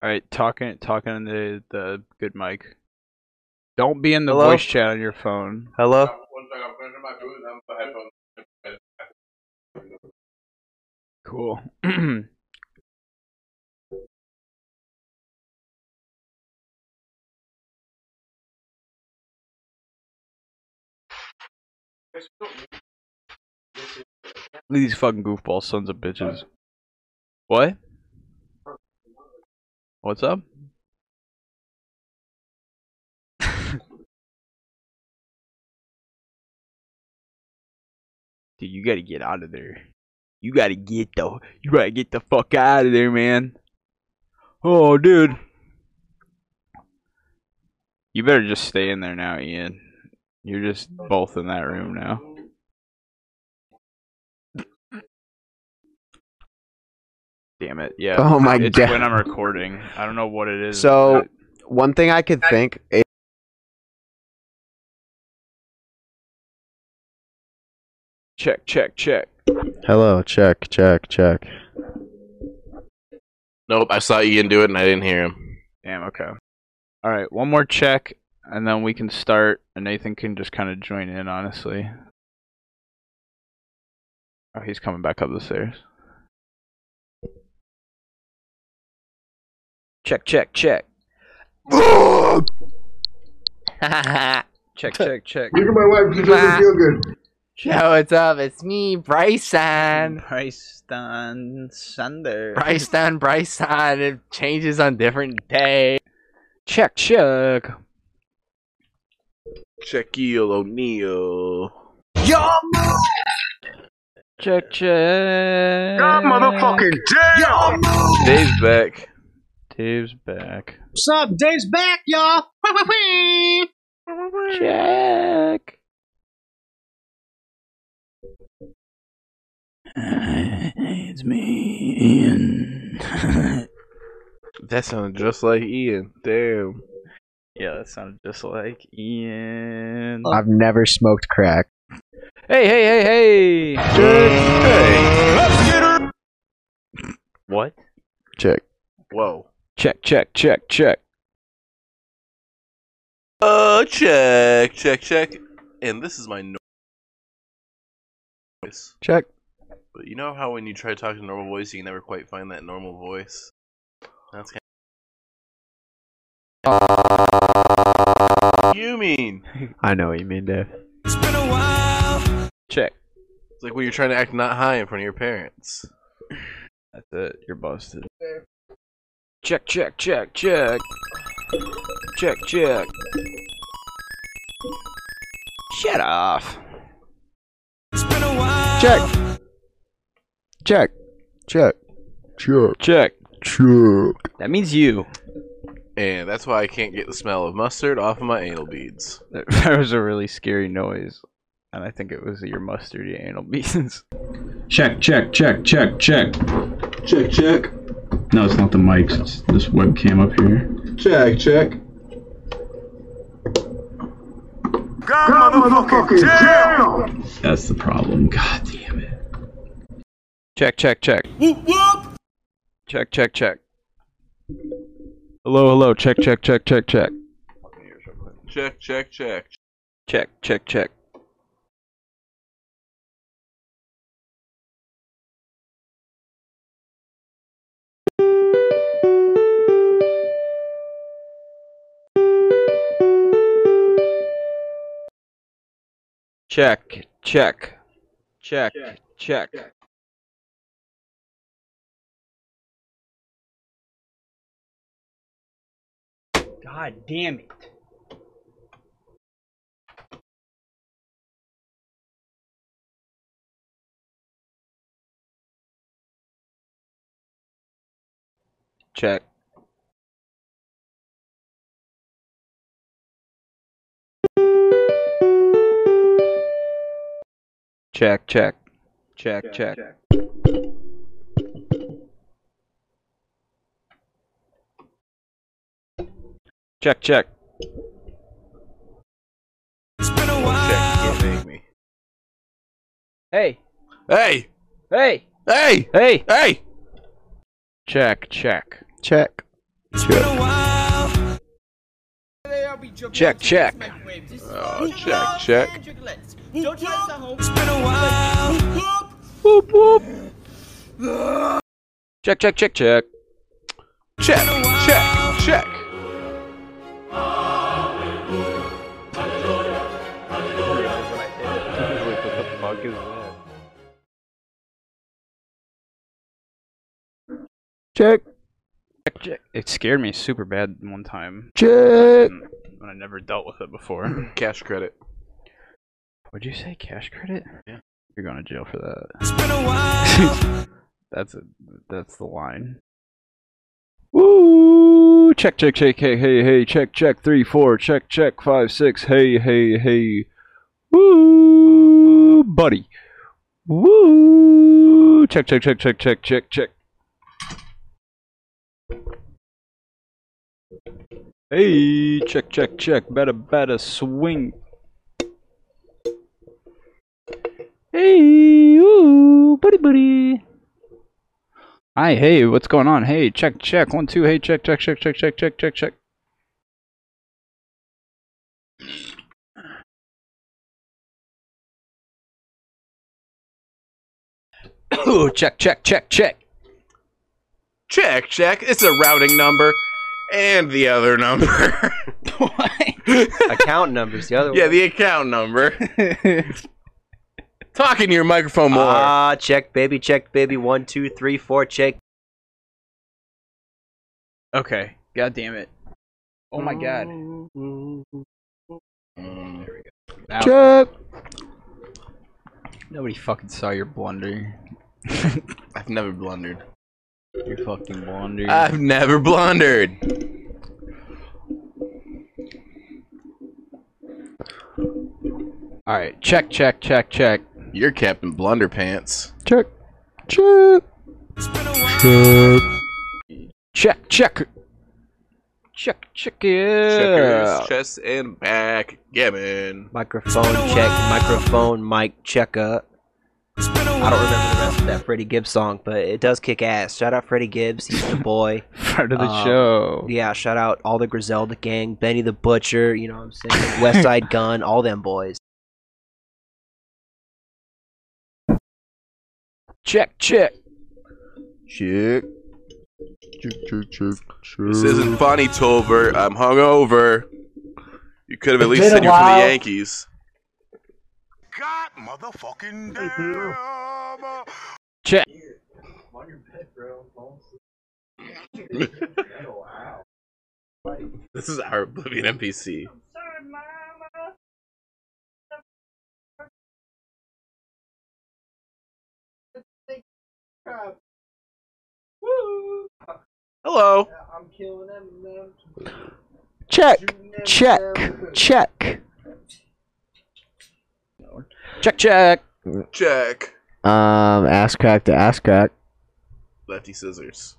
S1: All right, talking talking in the the good mic. Don't be in the
S10: Hello?
S1: voice chat on your phone.
S10: Hello?
S1: Cool. (clears throat) Look at these fucking goofball sons of bitches. What? What's up? (laughs) Dude, you gotta get out of there. You gotta get the you gotta get the fuck out of there, man. Oh dude. You better just stay in there now, Ian. You're just both in that room now. Damn it. Yeah.
S2: Oh my
S1: it's
S2: God.
S1: when I'm recording. I don't know what it is.
S2: So one thing I could think. i-
S1: Check, check, check.
S2: Hello, check, check, check.
S3: Nope, I saw Ian do it and I didn't hear him.
S1: Damn, okay. All right, one more check, and then we can start, and Nathan can just kind of join in, honestly. Oh, he's coming back up the stairs. Check, check, check. (laughs) (laughs) check, check, check.
S16: Look at my wife. She doesn't feel good.
S1: Yo,
S15: what's up? It's me, Bryson.
S1: Bryson Sunder.
S15: Bryson, Bryson. It changes on different day.
S1: Check, check.
S3: Shaquille O'Neal.
S16: Yo,
S1: Check, check.
S16: God, motherfucking damn.
S3: Dave's back.
S1: Dave's back.
S16: What's up? Dave's back, y'all.
S1: Check. it's me, Ian.
S3: that sounded just like Ian. Damn.
S1: Yeah, that sounded just like Ian.
S2: I've never smoked crack.
S1: Hey, hey, hey, hey! What?
S2: Check.
S3: Whoa.
S1: Check, check, check, check.
S3: Uh, check, check, check. And this is my no- voice.
S2: Check.
S3: But you know how when you try to talk in normal voice, you can never quite find that normal voice? That's kind of. You mean?
S2: I know what you mean, Dave.
S1: Check.
S3: It's like when you're trying to act not high in front of your parents.
S1: That's it. You're busted. Check, check, check, check. Check, check. Shut off.
S2: Check. Check. Check.
S1: Check. Check.
S2: Check.
S1: That means you.
S3: And that's why I can't get the smell of mustard off of my anal beads.
S1: (laughs) That was a really scary noise. And I think it was your mustardy anal (laughs) beads.
S17: Check, check, check, check, check. Check, check. No, it's not the mics, it's this webcam up here. Check, check.
S16: God, motherfucking damn.
S17: That's the problem. God damn.
S1: Check, check, check.
S16: Whoop, whoop.
S1: Check, check, check. Hello, hello. Check, check, check, check, check.
S3: Check, check, check.
S1: Check, check, check. Check, check, check, check. God damn it. Check. Check, check, check, check. Check, check.
S18: Hey.
S3: Hey.
S18: Hey.
S3: Hey.
S18: Hey.
S3: Hey.
S1: Check, check.
S4: Check.
S15: Check, check.
S3: Oh, check, check.
S19: Don't try this at home. It's been a while.
S15: Whoop, whoop. Check, check, check, check.
S3: Check, check, check.
S20: Fuck is that?
S4: Check.
S1: Check, check. It scared me super bad one time.
S4: Check.
S1: When I never dealt with it before.
S3: Cash credit.
S1: Would you say cash credit?
S3: Yeah.
S1: You're going to jail for that. that's a that's the line.
S15: Woo! Check, check, check, hey, hey, hey, check, check, three, four, check, check, five, six, hey, hey, hey. Woo, buddy. Woo! Check, check, check, check, check, check, check. Hey, check, check, check, better, better, swing.
S1: Hey, ooh, buddy, buddy. Hi, hey, what's going on? Hey, check, check, one, two, hey, check, check, check, check, check, check, check, check.
S15: Ooh, check, check, check, check.
S3: Check, check. It's a routing number and the other (laughs) number.
S7: account
S12: (laughs)
S7: numbers, the other
S3: yeah,
S7: one.
S3: the account number. (laughs) Talking to your microphone more.
S7: Ah, check, baby, check, baby. One, two, three, four, check.
S1: Okay, (laughs) god damn it. Oh my god. There we go. Now-
S4: Check.
S1: Nobody fucking saw your blunder.
S3: I've never blundered.
S1: Your fucking blunder.
S15: Ah.
S3: I've never blundered.
S1: All right, check, check, check, check.
S3: You're Captain Blunderpants.
S4: Check. Check. Check.
S15: Check, check. Check, check it.
S3: Checkers, chess, and back. Gammon.
S7: Microphone check, microphone mic check up. I don't remember the rest of that Freddie Gibbs song, but it does kick ass. Shout out Freddie Gibbs, he's the boy.
S1: Friend of the show.
S7: Yeah, shout out all the Griselda gang, Benny the Butcher, you know what I'm saying? West
S1: (laughs)
S7: Side Gun, all them boys.
S15: Check, check.
S3: Check. Check, check, check, check. This isn't funny, Tolbert. I'm hungover. You could have at
S19: It's
S3: least
S19: been
S3: said
S19: a
S3: you were for the
S19: while.
S3: Yankees.
S1: Check.
S3: (laughs) This is our Oblivion NPC. Hello.
S19: I'm killing Eminem.
S4: Check. Check. Check.
S15: Check, check.
S3: Check.
S4: Um, ass crack to ass crack.
S3: Lefty scissors.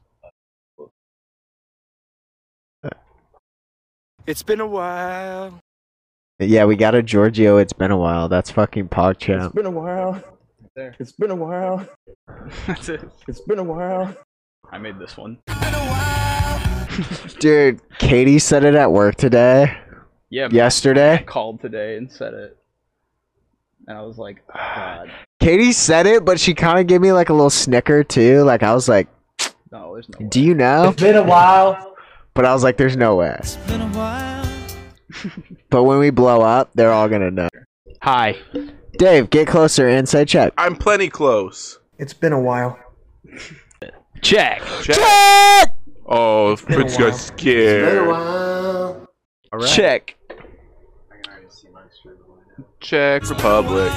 S19: It's been a while.
S4: Yeah, we got a Giorgio. It's been a while. That's fucking PogChamp.
S19: been a while. It's been a while.
S1: That's it.
S19: It's been a while.
S1: I made this one.
S4: Dude, Katie said it at work today.
S1: Yeah. but I
S4: Yesterday.
S1: called today and said it. And I was like, oh, God,
S4: Katie said it, but she kind of gave me like a little snicker too. Like I was like,
S1: no, there's no.
S4: "Do you know?"
S1: It's been a
S4: while. But I was like, "There's no way." but when we blow up, they're all gonna know.
S1: Hi,
S4: Dave. Get closer. Inside check.
S3: I'm plenty close.
S4: It's been a while.
S1: Check.
S3: Check. Oh,
S4: been a
S3: Fritz got
S4: while.
S3: scared.
S4: right.
S15: Check.
S3: Czech Republic.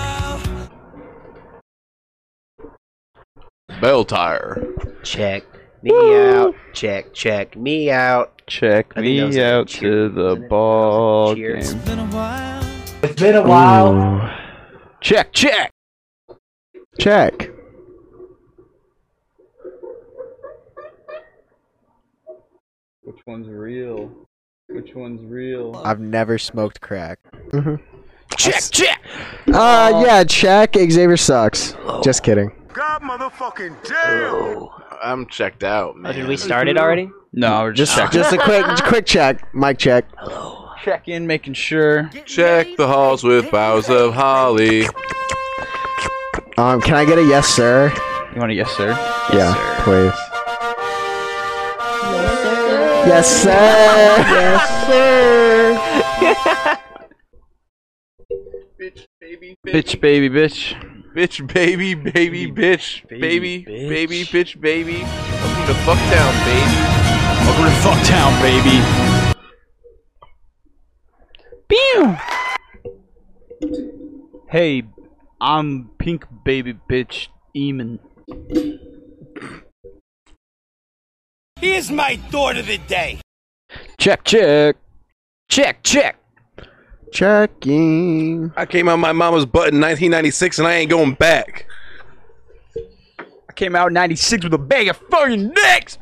S3: Bell tire.
S7: Check me out. Check, check me out.
S15: Check
S7: I think that was
S15: me
S7: a
S15: out to the ball game.
S7: Cheers.
S15: It's been a
S4: while.
S15: Check, check.
S4: Check.
S1: Which one's real?
S5: Which one's real?
S2: I've never smoked crack.
S6: Check, check.
S2: Uh, yeah, check. Xavier sucks. Just kidding.
S3: I'm checked out, man.
S9: Oh, did we start it already?
S1: No, we're just checking.
S2: Just a quick,
S1: (laughs)
S2: quick check. Mic check.
S1: check in, making sure.
S3: Check the halls with boughs of holly.
S2: Um, can I get a yes, sir?
S1: You want a yes, sir?
S2: yeah, please. Yes, sir. yes,
S6: sir.
S1: Bitch, baby, bitch.
S3: Bitch, baby, baby, bitch, baby, baby, bitch, baby. Welcome to Fucktown, baby.
S1: Welcome to Fucktown, baby. Pew! Hey, I'm Pink Baby Bitch Eamon.
S16: Here's my thought of the day.
S2: Check, check.
S6: Check, check.
S2: Checking.
S3: I came out my mama's butt in 1996 and I ain't going back.
S1: I came out in 96 with a bag of fucking dicks!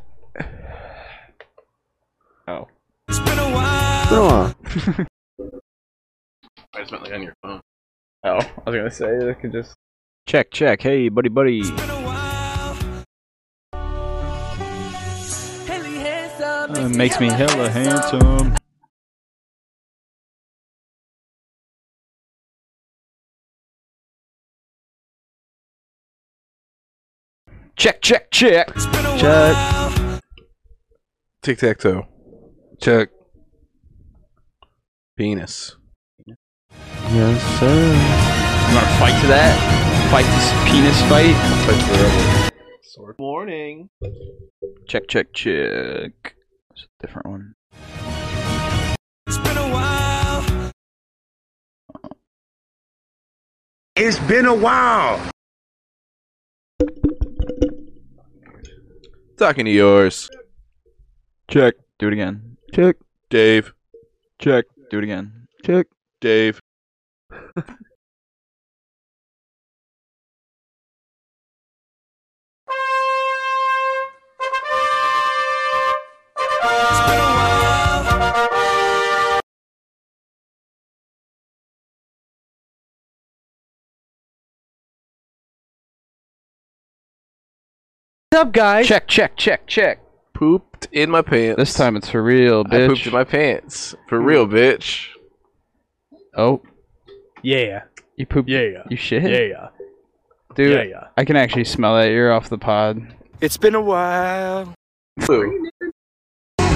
S1: Oh.
S2: Go on.
S12: I just meant like on your phone.
S1: Oh, I was gonna say, I could just. Check, check. Hey, buddy, buddy.
S16: It
S1: makes me hella handsome.
S6: Check, check, check.
S2: Check.
S3: Tic tac toe. Check. Penis.
S2: Yes, sir.
S1: You wanna fight to that? Fight this penis fight? Fight forever.
S5: Morning.
S1: Check, check, check. It's a different one.
S16: It's been a while.
S3: Talking to yours.
S1: Check. Do it again.
S2: Check.
S3: Dave.
S2: Check.
S1: Do it again.
S2: Check.
S3: Dave.
S1: What's up, guys? Check, check, check, check.
S3: Pooped in my pants.
S1: This time it's for real, bitch.
S3: I pooped in my pants. For real, bitch.
S1: Oh,
S21: Yeah.
S1: you pooped.
S21: Yeah.
S1: You shit.
S21: Yeah.
S1: Dude,
S21: Yeah, yeah.
S1: I can actually smell that. You're off the pod.
S21: It's been a while.
S3: Boo.
S9: He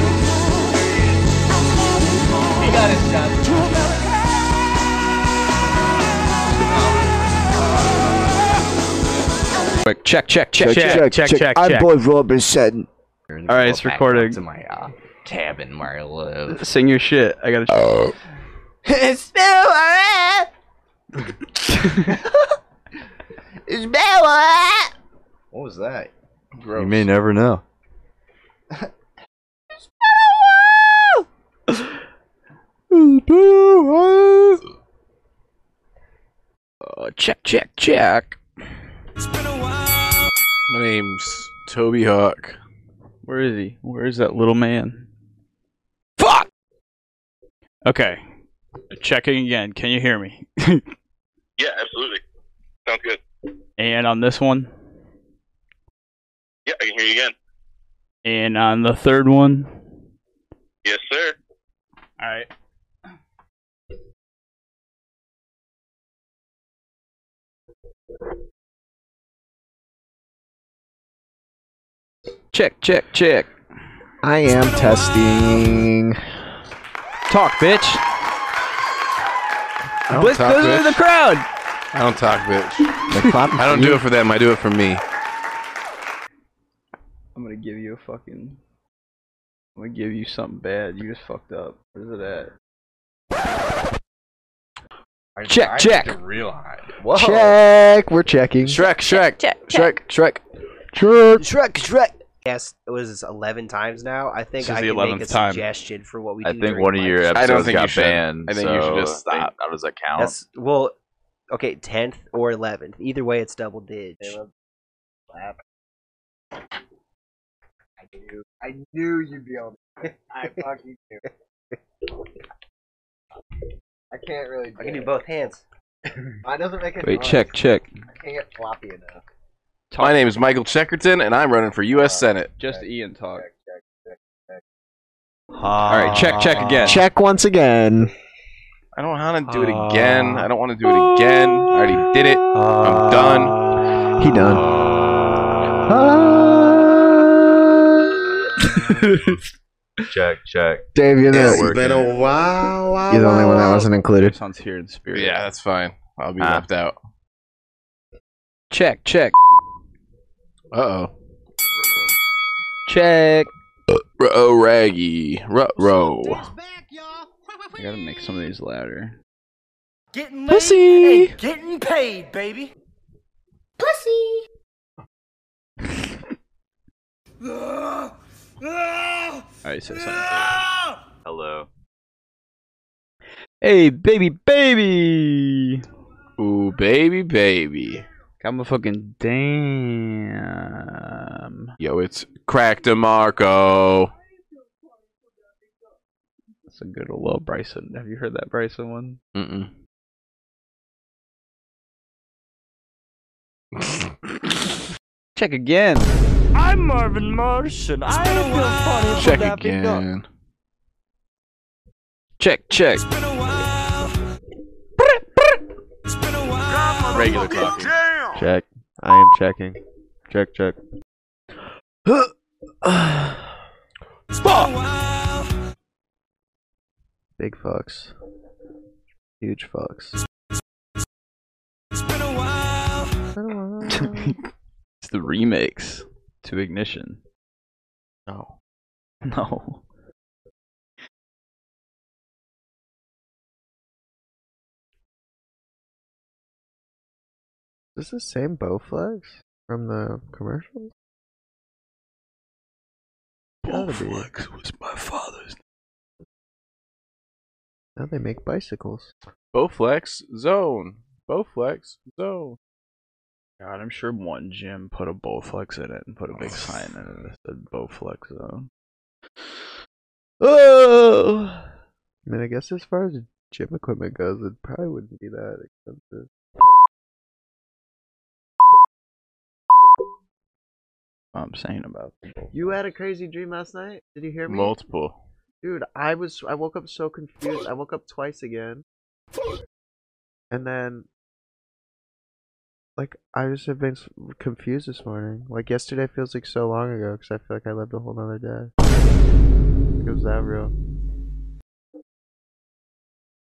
S9: got his job.
S1: Quick, check, check, check, check,
S2: Robinson.
S1: All right, it's recording.
S22: my uh, cabin where I live.
S1: Sing your shit. I gotta.
S6: It's been a while. it's been a while.
S22: What was that?
S15: You may never know.
S1: Uh, check, check, check.
S3: My name's Toby Hawk.
S1: Where is he? Where is that little man? Fuck. Okay. Checking again. Can you hear me? (laughs)
S23: Yeah, absolutely. Sounds good.
S1: and on this one,
S23: Yeah, I can hear you again.
S1: and on the third one.
S23: Yes, sir.
S1: All right. Check, check, check.
S2: I am testing.
S1: Talk, bitch.
S3: I don't
S1: Blitz
S3: talk,
S1: goes into
S3: bitch.
S1: the crowd.
S3: I don't talk, bitch. I don't do it for them. I do it for me.
S1: I'm gonna give you a fucking. I'm gonna give you something bad. You just fucked up. Where's it at?
S2: Check, check.
S12: Real high.
S2: Whoa. Check. We're checking.
S3: Shrek, Shrek,
S2: check,
S3: Shrek, Shrek.
S2: Shrek.
S9: Shrek, Shrek. Yes, it was this eleven times now. I
S22: This
S9: think
S22: is
S9: I
S22: the
S9: can make a
S22: 11th time.
S9: suggestion for what we do.
S22: I think
S9: during
S22: one of
S9: live
S22: your
S9: shows.
S22: episodes got banned.
S3: I think you should
S22: so
S3: just
S22: I think- How does that count?
S9: That's well, okay, tenth or eleventh. Either way, it's double digits. (laughs)
S24: I knew you'd be able to. I fucking knew.
S9: I can't really. I can do both hands. Mine doesn't make it.
S3: Wait, check, check.
S9: I can't get floppy enough.
S3: My name is Michael Checkerton, and I'm running for U.S. Senate.
S1: Just Ian talk.
S3: All right, check, check
S22: Ah.
S3: again.
S2: Check once again.
S3: I don't want to do it again. I don't want to do it again. I already did it. I'm done.
S2: He done.
S22: check, check.
S2: Dave, you're the,
S3: It's been a
S2: while, You're the only one that wasn't included.
S1: Sounds here in spirit.
S3: Yeah, that's fine. I'll be left out.
S2: Check, check,
S3: Uh oh.
S2: check.
S3: Row oh, raggy. Row.
S1: I gotta make some of these louder.
S9: Getting
S2: Pussy.
S9: and getting paid, baby.
S8: Pussy.
S1: Alright, so
S22: Hello.
S1: Hey, baby, baby!
S3: Ooh, baby, baby.
S1: Got my fucking damn.
S3: Yo, it's Crack DeMarco.
S1: That's a good old little Bryson. Have you heard that Bryson one?
S3: Mm-mm.
S1: Check again.
S16: I'm Marvin Martian. I feel funny for
S3: Check
S16: that pickup.
S3: again. Check, check. Regular clock.
S24: Check. I am checking. Check,
S3: (gasps)
S24: check.
S2: Big fucks. Huge fucks.
S1: It's the remix to Ignition.
S3: No.
S1: No.
S2: Is this the same Bowflex from the commercials? Bowflex
S3: was my father's.
S2: Now they make bicycles.
S3: Bowflex zone. Bowflex zone.
S1: God, I'm sure one gym put a Bowflex in it and put a
S2: Oh.
S1: big sign in it that said Bowflex Zone. Oh!
S2: I mean, I guess as far as gym equipment goes, it probably wouldn't be that expensive.
S1: What I'm saying about the Bowflex.
S9: You had a crazy dream last night. Did you hear me?
S3: Multiple.
S9: Dude, I was I woke up so confused. I woke up twice again.
S2: And then, like, I just have been s- confused this morning. Like, yesterday feels like so long ago because I feel like I lived a whole nother day. Like, it was that real.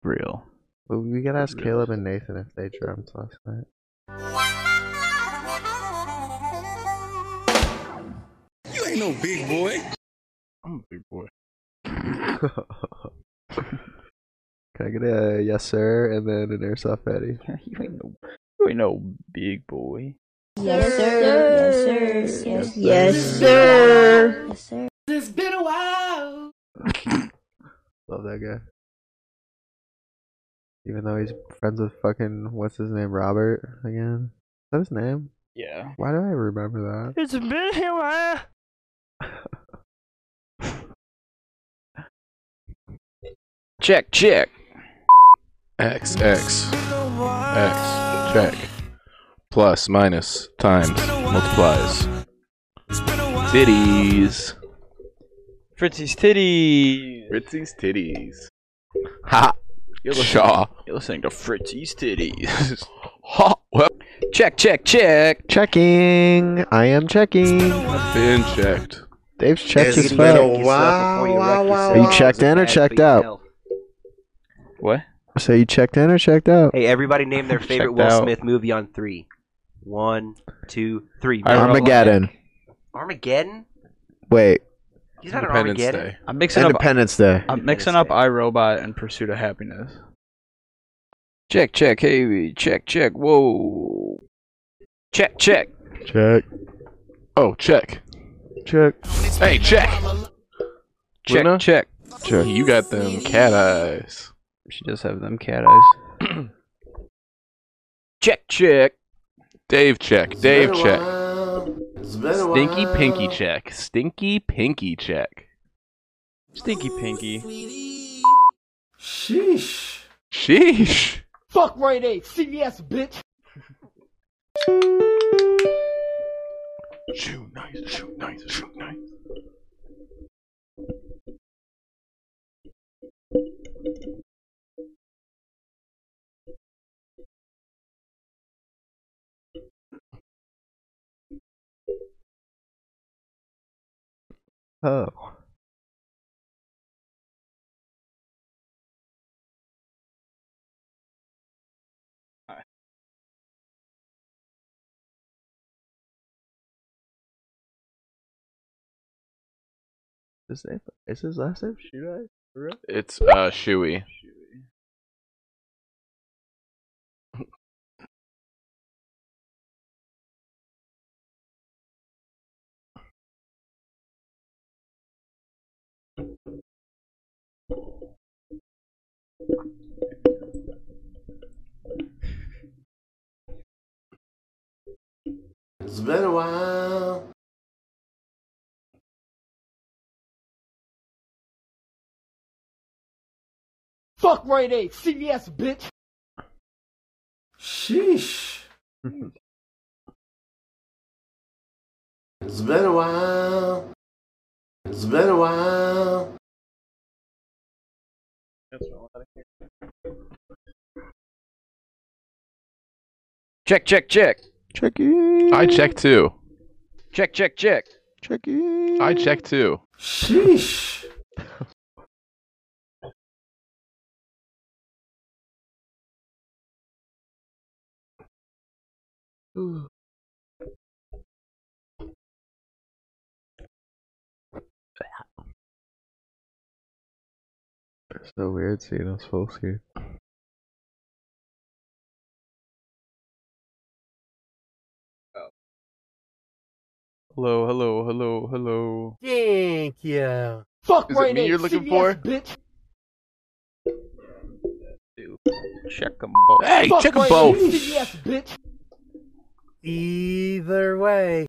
S1: Real.
S2: But we gotta ask Caleb and Nathan if they drummed last night.
S16: You ain't no big boy.
S3: I'm a big boy.
S2: Can I get a yes sir and then an airsoft patty?
S1: (laughs) you ain't no, you ain't no big boy.
S16: Yes, sir. Yes, sir. Yes,
S2: sir.
S16: Yes, sir. It's been a while.
S2: Love that guy. Even though he's friends with fucking what's his name, Robert again. Is that his name?
S1: Yeah.
S2: Why do I remember that?
S16: It's been a
S2: (laughs)
S16: while.
S2: Check, check.
S3: X, X. X. Check. Plus, minus, times, multiplies. Titties.
S1: Fritzy's titties.
S3: Fritzy's titties.
S1: Ha. You're listening,
S3: Shaw.
S1: you're listening to Fritzy's titties.
S3: ha. Well,
S2: Check, check, check. Checking. I am checking.
S3: I've been checked.
S2: Dave's checked
S3: It's
S2: his
S3: been a
S2: phone. Are you checked in or checked out?
S1: What?
S2: So you checked in or checked out?
S9: Hey, everybody
S22: (laughs)
S9: name their favorite
S2: Checked
S9: Will
S2: out.
S9: Smith movie on three. One, two, three.
S2: Armageddon.
S9: Armageddon?
S2: Wait.
S9: He's not an Armageddon.
S1: I'm mixing up.
S2: Independence Day.
S1: I'm mixing up iRobot and Pursuit of Happiness. Check, check, hey, check, check, whoa. Check, check.
S2: Check.
S3: Oh, check.
S2: Check.
S3: Hey, check.
S1: Check,
S3: Luna?
S1: check.
S3: Check. You got them cat eyes.
S1: She does have them cat eyes. check, check.
S3: Dave check. Dave check. Stinky
S16: Stinky
S3: pinky check. Stinky pinky check.
S1: Stinky Pinky.
S11: Sheesh.
S3: Sheesh.
S16: Fuck Rite Aid, CVS, bitch.
S3: Shoot nice, shoot nice, shoot nice.
S2: Oh. His name is his last name Should I? For real?
S3: It's uh Shuey.
S11: It's been a while.
S16: Fuck Rite Aid, CVS, bitch.
S11: Sheesh. it's been a while. It's been a while.
S6: Check, check, check.
S2: Checking.
S3: I check too.
S6: Check, check, check.
S2: Checking.
S3: I check too.
S11: Sheesh.
S24: It's so weird seeing us folks here.
S1: Hello, hello, hello, hello.
S16: Thank you. Fuck
S1: Is it
S16: Rite
S1: me
S16: Aid,
S1: you're looking
S16: CVS,
S1: for?
S16: bitch.
S1: Check them both.
S16: Fuck Rite Aid, CVS, bitch. Either way.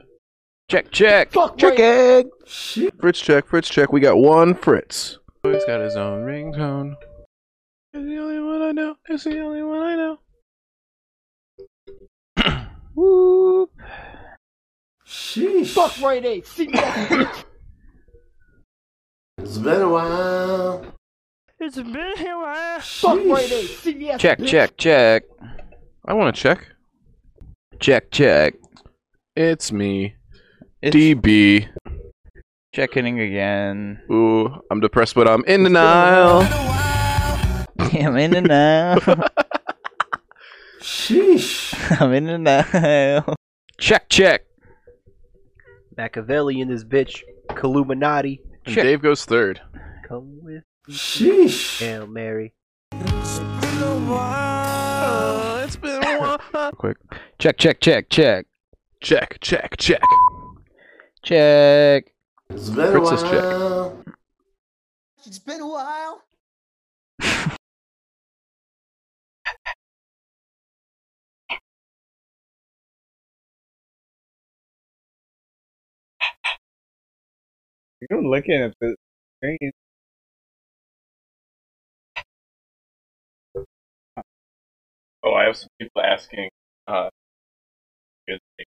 S3: Check, check.
S16: Fuck
S3: check
S16: Rite
S3: egg. Fritz check, Fritz check. We got one Fritz. He's got his own ringtone.
S16: It's the only one I know. It's the only one I
S3: (clears throat)
S16: know.
S1: Whoop.
S11: Sheesh.
S16: Fuck Rite Aid, CVS, bitch.
S11: It's been a while.
S16: It's been here, while. Fuck Rite Aid, CVS,
S6: Check,
S16: bitch.
S6: check, check.
S3: I want to check.
S6: Check, check.
S3: It's me, DB.
S1: Checking again.
S3: Ooh, I'm depressed, but I'm in denial.
S6: I'm in the now. Sheesh. (laughs) I'm in the now. Check, check.
S9: Machiavelli in this bitch. Kaluminati.
S3: And Dave goes third.
S9: Come with
S11: Sheesh.
S9: Hail Mary.
S3: it's been a while.
S6: Quick. Check, check, check, check.
S3: Check, check, check.
S6: Check. (laughs)
S11: It's been a
S3: Princess check.
S11: while.
S16: It's been a while.
S25: You're looking at the screen.
S5: Oh, I have some people asking. Uh, good thing.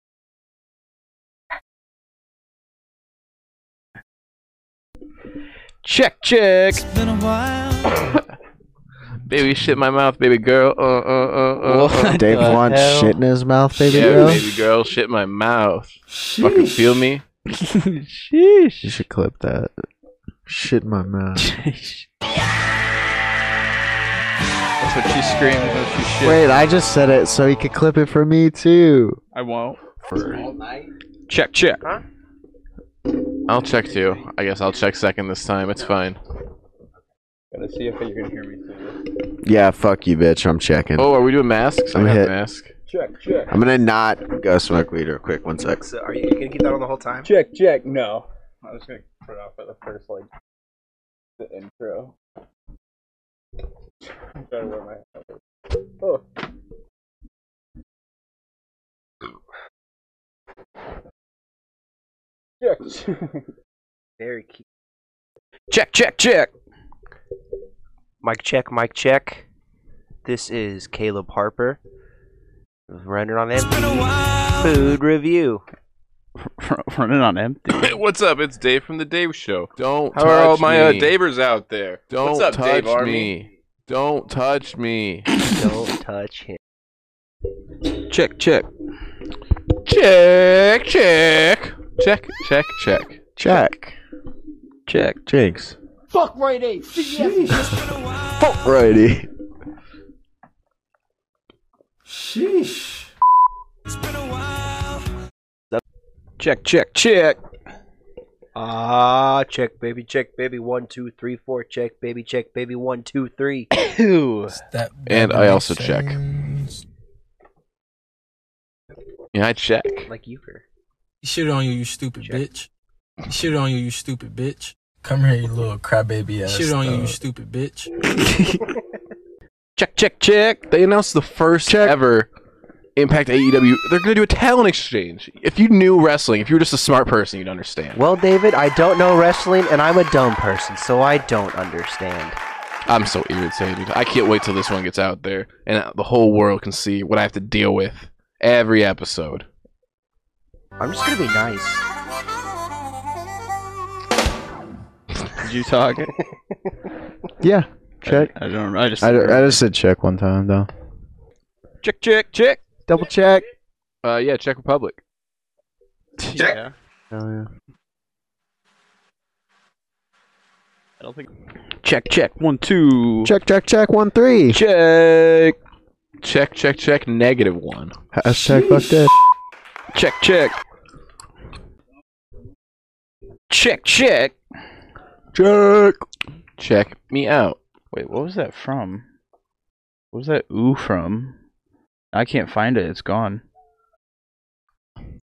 S6: Check, check.
S16: been a while.
S3: Baby, shit my mouth, baby girl. Uh, uh, uh, uh,
S6: (laughs)
S3: uh.
S2: Dave wants shit in his mouth, baby
S3: yeah,
S2: girl.
S3: baby girl, shit my mouth. Fucking feel me.
S2: Sheesh. You should clip that. Shit in my
S6: (laughs)
S2: mouth.
S1: That's what she screams when she shits.
S2: Wait, I just said it so he could clip it for me too.
S1: I won't.
S3: Check, check. I'll check too. I guess I'll check second this time. It's fine.
S1: Gotta see if you can hear me.
S2: Yeah, fuck you, bitch. I'm checking.
S3: Oh, are we doing masks?
S2: I'm
S3: I
S2: hit.
S3: got mask.
S25: Check, check.
S2: I'm gonna not go smoke weed real quick. One sec.
S9: So are you gonna keep that on the whole time?
S25: Check, check. No. I was gonna put it off at the first, like, the intro. I'm trying to wear my Oh. Check.
S9: Very cute.
S6: Check, check, check.
S9: Mic check, mic check. This is Caleb Harper. Rendered on empty. Food review.
S1: (laughs) Running on empty.
S3: Hey, (laughs) What's up? It's Dave from the Dave Show. Don't.
S5: How are all
S3: touch
S5: my uh,
S3: me.
S5: Davers out there?
S3: Don't
S5: What's up,
S3: touch
S5: Dave Army?
S3: me. Don't touch me.
S9: Don't touch him.
S10: Check, check.
S3: Check, check, check, check, check,
S10: check, check. Jinx.
S6: Fuck right eight.
S10: Alrighty.
S11: Sheesh.
S10: Check, check, check.
S9: Ah, check, baby, check, baby. One, two, three, four. Check, baby, check, baby. One, two, three.
S3: And I also check. Yeah, I check.
S9: Like you were.
S7: Shit on you, you stupid bitch. Shit on you, you stupid bitch. Come here, you little crybaby ass. uh, Shit on you, you stupid bitch.
S3: Check, check, check. They announced the first ever Impact AEW. They're going to do a talent exchange. If you knew wrestling, if you were just a smart person, you'd understand.
S9: Well, David, I don't know wrestling, and I'm a dumb person, so I don't understand.
S3: I'm so irritated. I can't wait till this one gets out there and the whole world can see what I have to deal with every episode.
S9: I'm just gonna be nice.
S1: Did you talk?
S2: Yeah. Check.
S1: I, don't. I just.
S2: I, I just said check one time though.
S3: Check, check, check.
S2: Double check.
S3: Uh, yeah, Czech Republic.
S1: Yeah.
S2: Oh yeah.
S1: I don't think.
S2: Check check.
S1: One two.
S2: Check check check. One three.
S3: Check. Check, check, check. Negative one.
S2: Hashtag fuck that.
S3: Check, check. Check, check. Check. Check me out.
S1: Wait, what was that from? What was that ooh from? I can't find it. It's gone.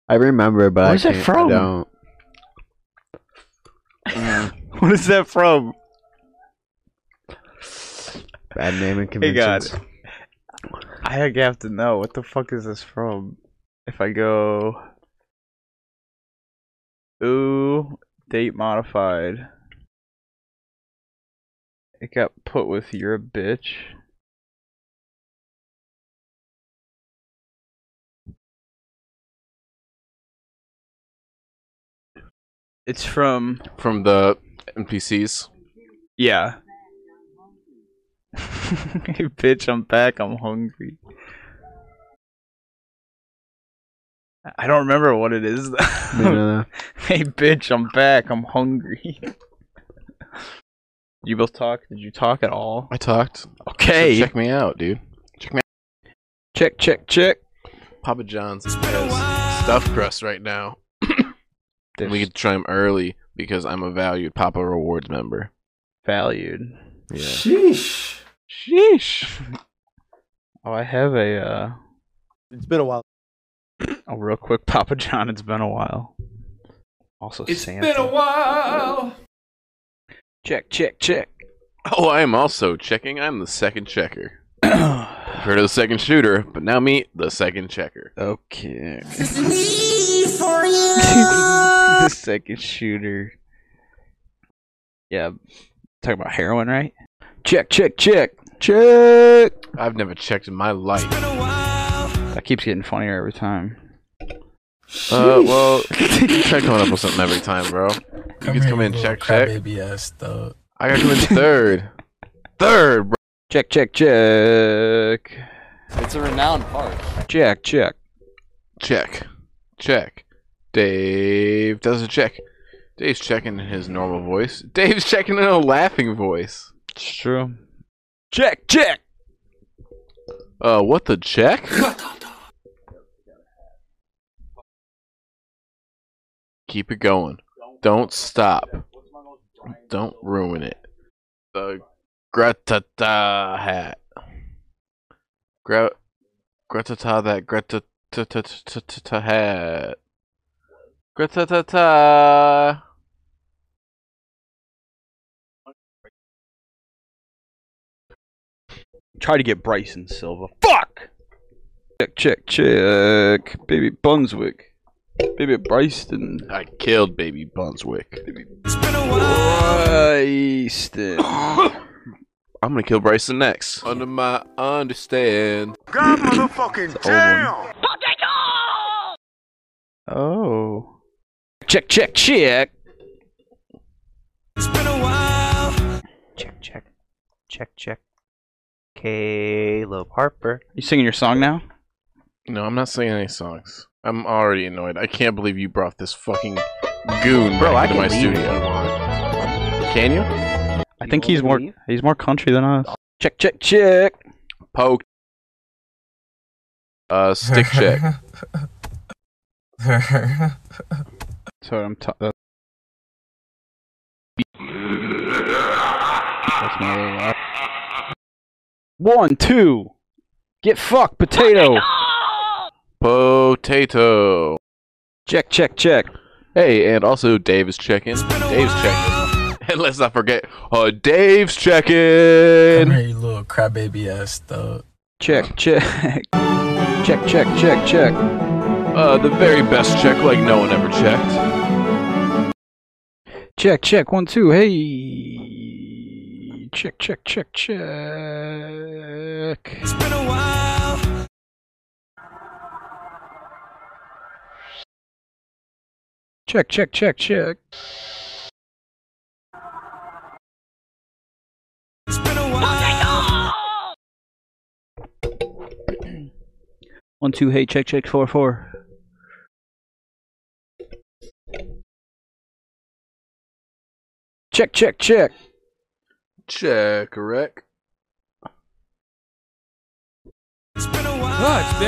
S2: I remember, but
S1: Where's
S2: I can't.
S1: that from?
S2: I don't.
S1: (laughs) what is that from?
S2: Bad naming
S1: Hey God,
S2: conventions.
S1: I have to know what the fuck is this from? If I go, ooh, date modified. It got put with you're a bitch. It's from
S3: from the NPCs.
S1: Yeah. (laughs) hey, bitch, I'm back. I'm hungry. I don't remember what it is. though.
S2: neither.
S1: (laughs) hey, bitch, I'm back. I'm hungry. (laughs) you both talk? Did you talk at all?
S3: (laughs) I talked.
S1: Okay.
S3: So check me out, dude. Check me out.
S1: Check, check, check.
S3: Papa John's has stuffed crust right now.
S1: This-
S3: We could try them early because I'm a valued Papa Rewards member.
S1: Valued.
S3: Yeah.
S11: Sheesh.
S1: Sheesh. Oh, I have a uh,
S9: It's been a while.
S1: a real quick Papa John. It's been a while. Also,
S16: It's
S1: Santa.
S16: been a while.
S1: check, check, check.
S3: Oh, I am also checking. I'm the second (clears throat) checker. Heard of the second shooter, but now me, the second checker.
S1: Okay.
S16: for you.
S1: (laughs) the second shooter. Yeah, talking about heroin, right? Check, check, check, check.
S3: I've never checked in my life.
S1: That keeps getting funnier every time.
S3: Uh, well, you try coming up with something every time, bro. You can come in, check, check.
S7: Baby ass thug.
S3: I gotta come in third. third, bro.
S1: Check, check, check.
S6: It's a renowned park.
S1: Check, check.
S3: Check. Check. Dave does a check. Dave's checking in his normal voice. Dave's checking in a laughing voice.
S1: It's true. Check, check.
S3: Uh, what the check? Keep it going. Don't stop. Don't ruin it. The gratata hat. Gra- gratata that gratata hat. Gratata.
S1: Try to get Bryson Silva. Fuck. Check, check, check. Baby Bunswick. Baby Bryson.
S3: I killed Baby Bunswick.
S1: Bryson.
S3: I'm gonna kill Bryson next. Under my understand.
S26: God motherfucking damn!
S27: Oh.
S1: Check, check, check.
S26: It's been a while.
S9: Check, check. Check, check. Caleb Harper.
S28: You singing your song now?
S3: No, I'm not singing any songs. I'm already annoyed. I can't believe you brought this fucking goon
S28: Bro, I
S3: back into
S28: can
S3: my
S28: leave
S3: studio. Can you?
S28: I think he's more he's more country than us.
S1: Check, check, check.
S3: Poke.
S28: (laughs)
S3: Uh, stick check.
S28: So I'm. T- that's that's my little laugh.
S1: One, two. Get fucked, potato.
S3: Potato.
S1: Check, check, check.
S3: Hey, and also Dave is checking. Dave's checking. (laughs) And let's not forget, uh, Dave's checking.
S7: Come here, you little crybaby ass thug.
S1: Check, (laughs) check. check, check, check, check.
S3: Uh, the very best check, like no one ever checked.
S1: Check, check. One, two. Hey. Check, check, check, check.
S26: It's been a while.
S1: Check, check, check, check.
S26: It's been a while.
S1: One, two. Hey, check, check. Four, four. Check, check, check.
S3: Check, wreck.
S9: it's been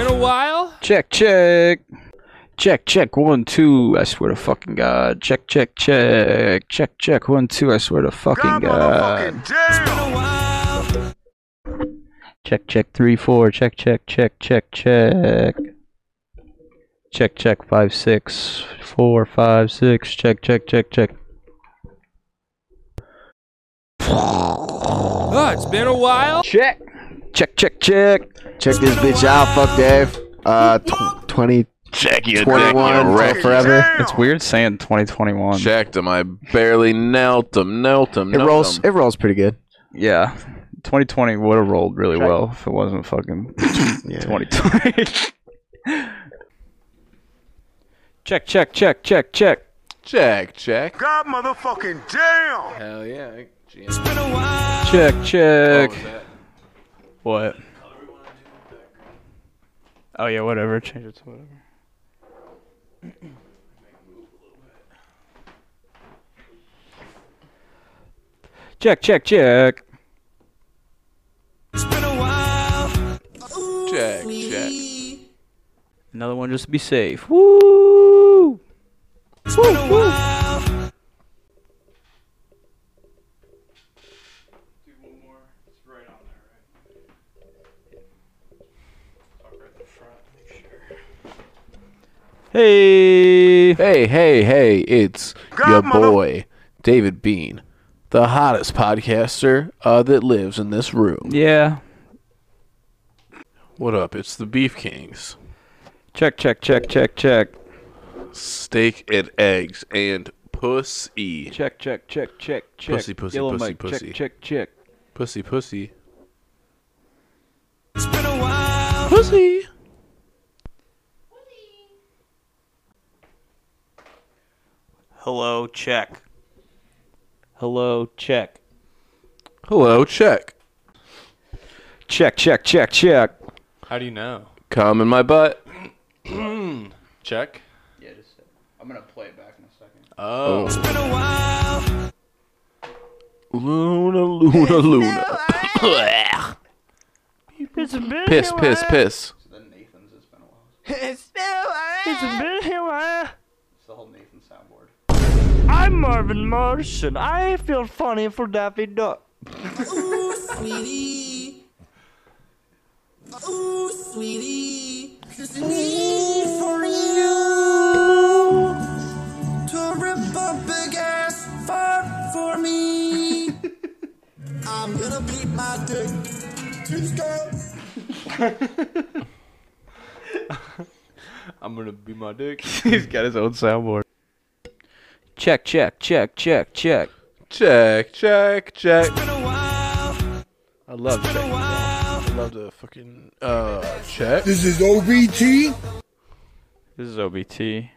S9: a while.
S1: Check, check. Check, check, one, two, I swear to fucking God. Check, check, check. Check, check, one, two, I swear to fucking God. Check, check, three, four. Check, check, check, check, check. Check, check, five, six, four, five, six. Check, check, check, check.
S9: Oh, it's been a while.
S1: Check. Check, check, check.
S4: Check this bitch out. Fuck Dave. Uh, tw- 20.
S3: Check your dick,
S4: 21
S3: you
S4: till
S3: wreck.
S4: forever.
S28: It's weird saying 2021.
S3: Checked him. I barely knelt him. Knelt him.
S4: It
S3: knelt
S4: rolls.
S3: him.
S4: It rolls pretty good.
S28: Yeah, 2020 would have rolled really well if it wasn't fucking 2020.
S1: Check, check, check, check, check.
S3: Check, check.
S26: God motherfucking damn!
S3: Hell yeah.
S26: It's been a while.
S1: Check, check.
S3: Oh,
S28: what? Oh yeah, whatever. Change it to whatever.
S1: Check, check, check.
S26: It's been a while.
S3: Check, check.
S28: Another one just to be safe. Woo!
S26: It's been a while.
S28: Hey.
S3: Hey, hey, hey. It's your boy, David Bean, the hottest podcaster uh, that lives in this room.
S28: Yeah.
S3: What up? It's the Beef Kings.
S28: Check, check, check, check, check.
S3: Steak and eggs and pussy.
S28: Check, check, check, check, check.
S3: Pussy, pussy,
S28: Yellow
S3: pussy,
S28: Mike,
S3: pussy.
S28: Check, check, check.
S3: Pussy, pussy.
S26: It's been a while.
S3: Pussy.
S9: Hello, check.
S28: Hello, check.
S3: Hello, check.
S1: Check, check, check, check.
S29: How do you know?
S3: Come in my butt.
S29: Check.
S28: Yeah, just. I'm gonna play it back in a second.
S29: Oh.
S26: It's been a while.
S3: Luna, Luna, Luna. piss, piss, piss.
S26: It's been a while. It's been a while.
S28: It's the whole Nathan soundboard.
S30: I'm Marvin Martian. I feel funny for Daffy Duck.
S26: Ooh, sweetie. Ooh, sweetie. There's a need for you to rip a big ass fart for me. I'm gonna beat my dick to score.
S29: I'm gonna be my dick.
S28: He's got his own soundboard.
S1: Check, check, check, check, check.
S3: Check, check, check. I love it. I love to fucking uh check.
S4: This is OBT.
S1: This is OBT.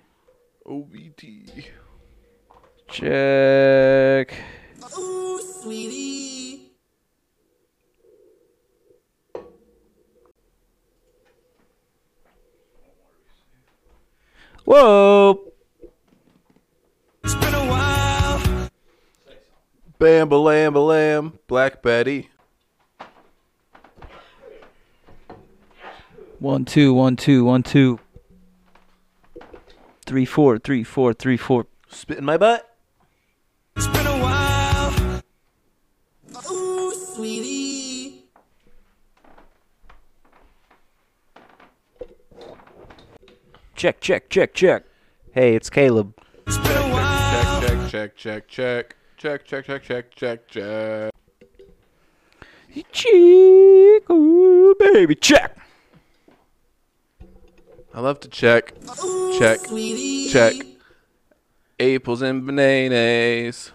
S3: OBT.
S1: Check.
S16: Ooh, sweetie.
S1: Whoa.
S3: Bam, ba lam, ba lam. Black Betty.
S13: One two one two one two. Three four three four three four.
S3: Spit in my butt.
S16: Ooh, sweetie.
S13: Check check check check.
S2: Hey, it's Caleb.
S3: Check, check, check, check, check, check, check, check, check, check.
S13: Check, ooh, baby, check.
S3: I love to check, check,
S16: sweetie.
S3: check. Apples and bananas.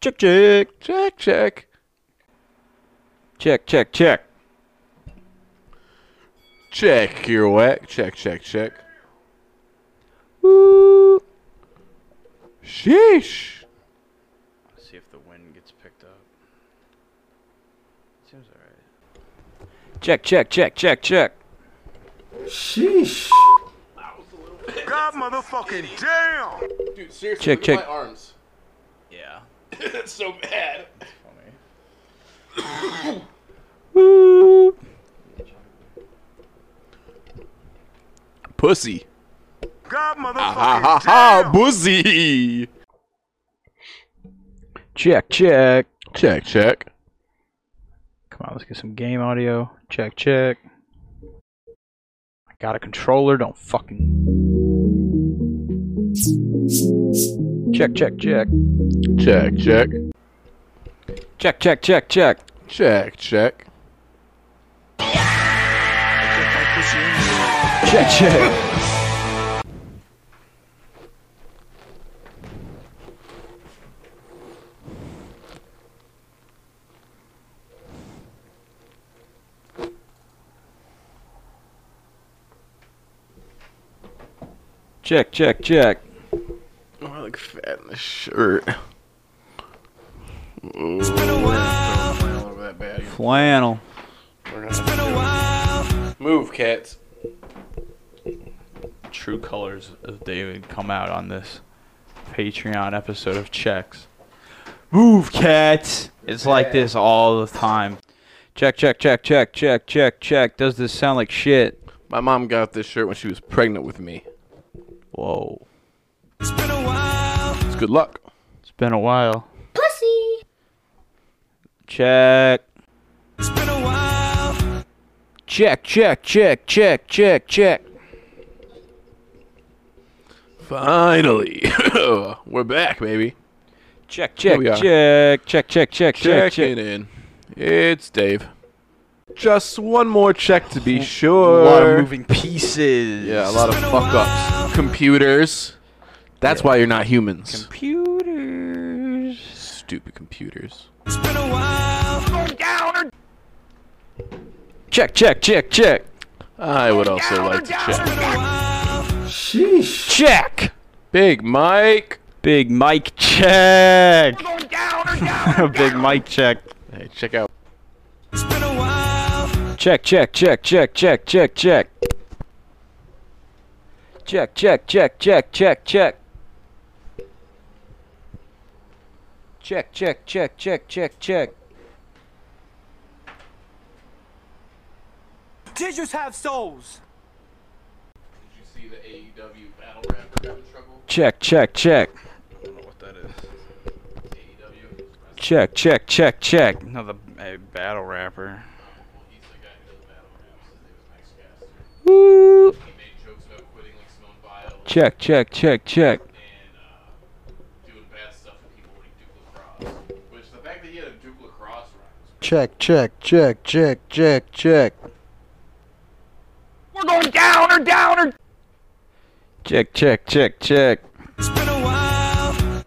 S13: Check check
S3: check check.
S13: Check check check.
S3: Check your whack. Check, check, check. Sheesh.
S1: See if the wind gets picked up. Seems alright.
S13: Check check check check check.
S11: Sheesh.
S16: God motherfucking damn.
S3: Dude, seriously,
S13: Check,
S3: look at
S13: check.
S3: my arms.
S1: Yeah.
S3: it's so bad. Pussy. Ah,
S16: God motherfucking
S3: Ha ha, pussy.
S13: Check check.
S3: Check check.
S1: Come on, let's get some game audio. Check, check. I got a controller. Don't fucking.
S13: Check check check.
S3: Check check.
S13: Check check check check.
S3: Check check.
S13: Check check. Check check check.
S3: Oh, I look fat in this shirt. Ooh, flannel over that bad.
S1: Flannel.
S3: We're gonna have to do it. Move, cats.
S1: True colors of David come out on this Patreon episode of Checks. Move, cats! It's like this all the time. Check, check, check, check, check, check, check. Does this sound like shit?
S3: My mom got this shirt when she was pregnant with me.
S1: Whoa.
S3: It's good luck.
S1: It's been a while.
S16: Pussy.
S1: Check.
S13: Check check check check check check.
S3: Finally, (coughs) we're back, baby.
S13: Check
S3: Here
S13: check
S3: we are.
S13: check check check check check
S3: Checking
S13: check.
S3: in. It's Dave. Just one more check to be sure.
S1: A lot of moving pieces.
S3: Yeah, a lot of fuck ups. Computers. That's why you're not humans.
S13: Computers.
S3: Stupid computers.
S13: Check check check check.
S3: I would also like to check.
S11: Sheesh.
S13: Check.
S3: Big Mike.
S1: Big Mike check. (laughs) Big Mike check.
S3: Hey, check out.
S13: Check, check, check, check, check, check, check. Check, check, check, check, check, check. Check, check, check, check, check, check.
S14: Teachers have souls.
S3: See the AEW battle rap having trouble?
S13: Check, check, check.
S3: I don't know what that is.
S13: Check, check, check, check.
S1: Another a battle rapper.
S13: Woo. Check, check, check, check.
S3: Which the fact that he had a Duke lacrosse
S2: Check, check, check, check, check, check.
S13: We're going down or down or. Check, check, check, check.
S31: sweetie.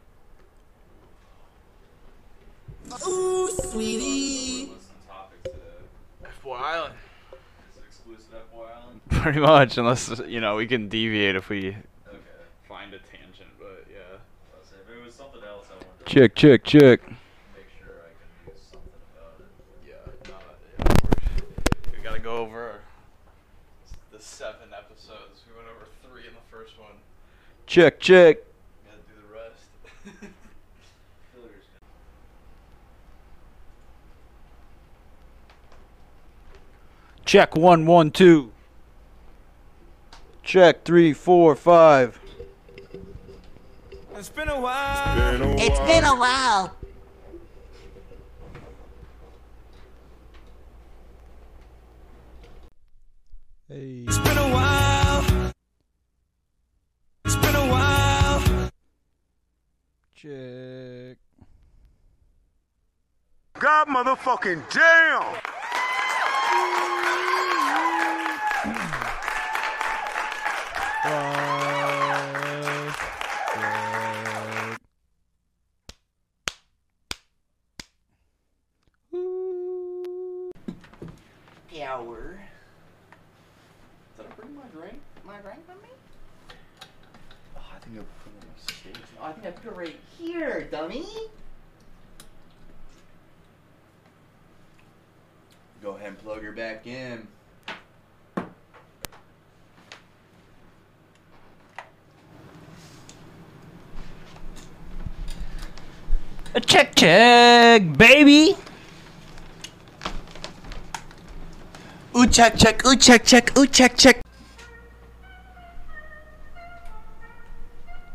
S3: Boy Island.
S1: (laughs) Pretty much, unless you know we can deviate if we.
S32: Find a tangent, but yeah. If it was something else, I wonder.
S7: Check, check, check.
S1: We gotta go over the seven episodes. We went over three in the first one.
S7: Check, check.
S1: Gotta do the rest. (laughs)
S7: Check one, one, two. Check three, four, five.
S31: It's been a while.
S9: It's been a while.
S31: Hey. It's been a while. It's been a while.
S7: Check.
S31: God motherfucking damn.
S9: Power.
S3: Did I bring my drink?
S9: My drink with me?
S3: Oh, I think I put it on my stage.
S9: I think I put it right here, dummy.
S3: Go ahead and plug her back in.
S33: A check check, baby.
S9: Ooh, check, check, ooh, check, check, ooh, check, check.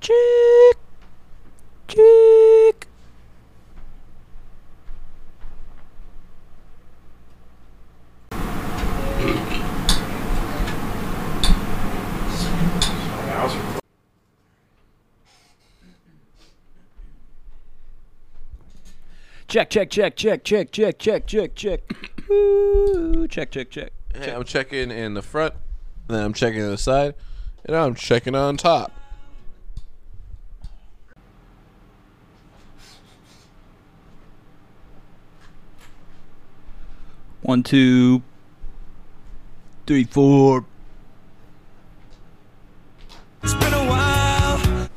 S7: Check. Check. Check, check, check, check, check, check, check, check, check. Ooh, check, check, check.
S3: Hey, I'm checking in the front, then I'm checking in the side, and I'm checking on top.
S7: One, two, three, four.
S31: It's been a while.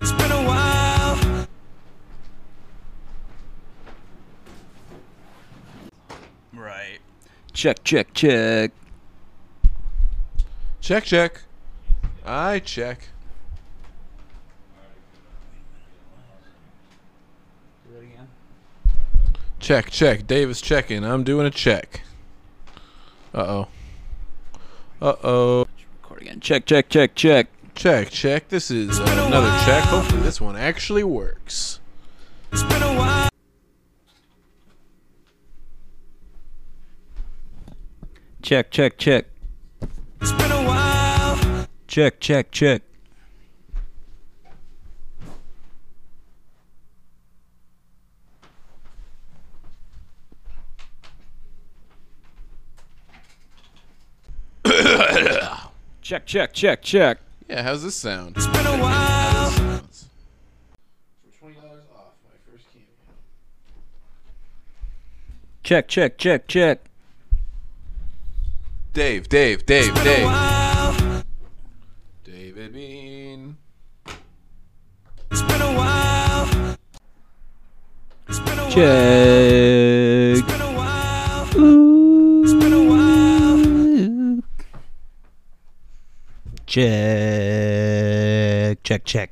S31: It's been a while.
S1: Right.
S7: Check, check, check.
S3: Check, check. I check.
S1: Do that again.
S3: Check, check. Dave is checking. I'm doing a check. Uh oh. Uh oh.
S7: Record again. Check, check, check, check.
S3: Check, check. This is uh, another check. Hopefully, this one actually works.
S31: It's been a while.
S7: Check, check, check.
S31: It's been a while.
S7: Check, check, check. Check, check, check, check.
S3: Yeah, how's this sound?
S31: It's been a while.
S7: Check, check, check, check.
S3: Dave, Dave, Dave,
S31: It's been a
S3: Dave.
S31: while.
S3: David Bean.
S31: It's been a while. It's been a while.
S7: Check.
S31: It's been a while. It's been a while.
S7: Check, check, check.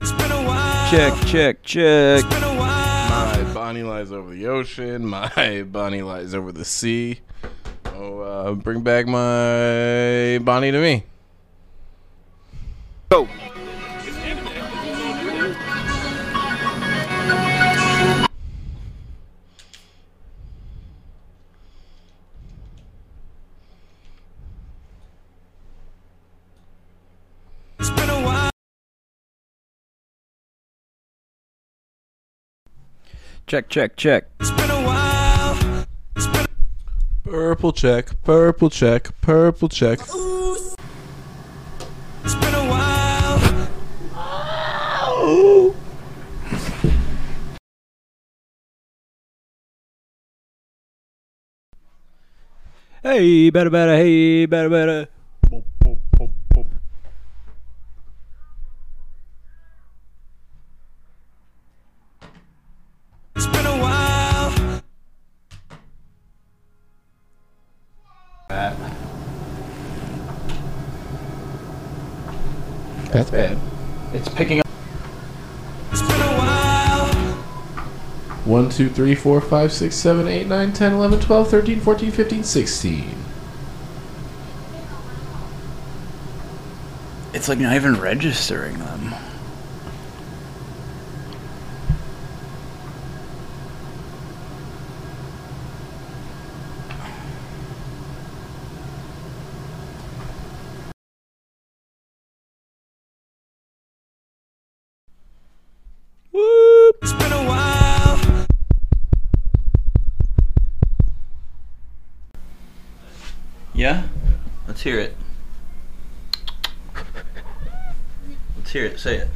S31: It's been a while.
S7: Check, check, check.
S31: It's been a while.
S3: My Bonnie lies over the ocean. (laughs) My Bonnie lies over the sea. Oh, uh, bring back my Bonnie to me.
S34: Go.
S1: Check, check, check.
S3: Purple check, purple check, purple check.
S1: Hey, better, better. Hey, better, better.
S35: That's bad. It's picking up.
S3: One, two, three, four, five, six, seven, eight, nine, ten, eleven, twelve, thirteen, fourteen, fifteen, sixteen.
S35: It's like not even registering them.
S7: Yeah? Let's hear it. Let's hear it. Say it.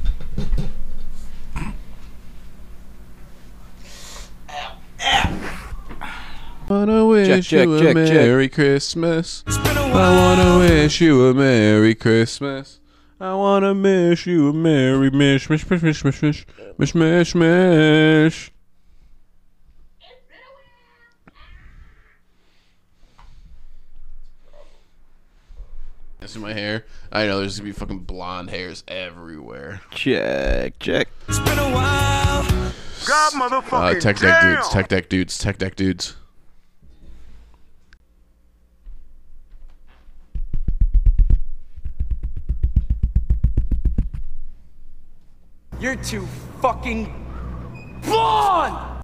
S3: Wanna wish
S36: check,
S3: you a
S36: check, check.
S3: Merry Christmas. I wanna wish you a Merry Christmas. I wanna miss you a Merry Mish Mish Mish Mish Mish Mish Mish Mish Mish. This is my hair. I know there's gonna be fucking blonde hairs everywhere.
S36: Check, check.
S37: God,
S3: Uh,
S37: motherfucker.
S3: tech deck dudes, tech deck dudes, tech deck dudes.
S38: You're too fucking blonde!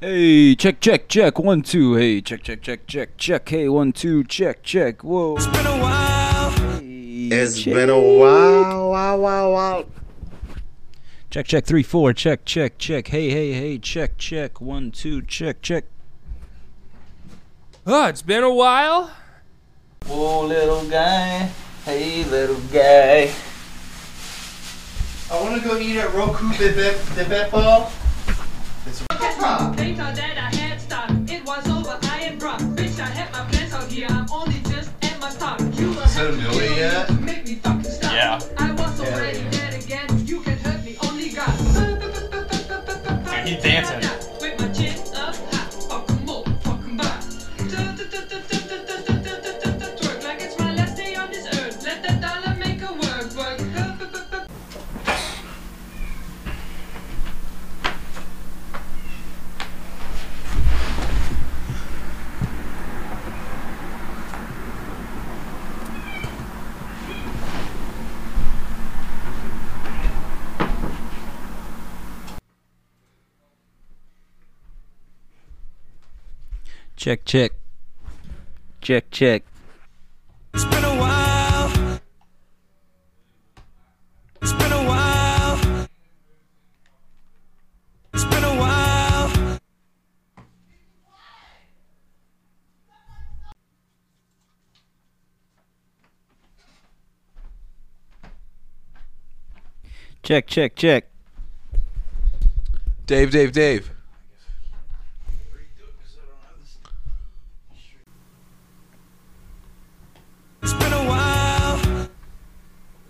S1: Hey, check, check, check. One, two. Hey, check, check, check, check, check. Hey, one, two. Check, check. Whoa. It's been a while.
S37: It's been a while. Wow, wow, wow.
S1: Check, check. Three, four. Check, check, check. Hey, hey, hey. Check, check. One, two. Check, check.
S39: Oh, it's been a while.
S7: Whoa, little guy. Hey, little guy.
S4: I want to go eat at Roku Bibep Bibep Ball.
S40: Later than I had start, it was over, I am drunk. Bitch, I had my plans out here, I'm only just at my top. You are
S4: Is it a million yet?
S40: make me fucking stop.
S4: Yeah.
S40: I was already dead again, you can hurt me, only God. Dude,
S39: he's dancing.
S40: With my chin up high, fuck 'em all, fuck 'em bye. Twerk like it's my last day on this earth, let that dollar make a work, work.
S1: Check, check. Check, check. Check, check, check.
S3: Dave, Dave, Dave.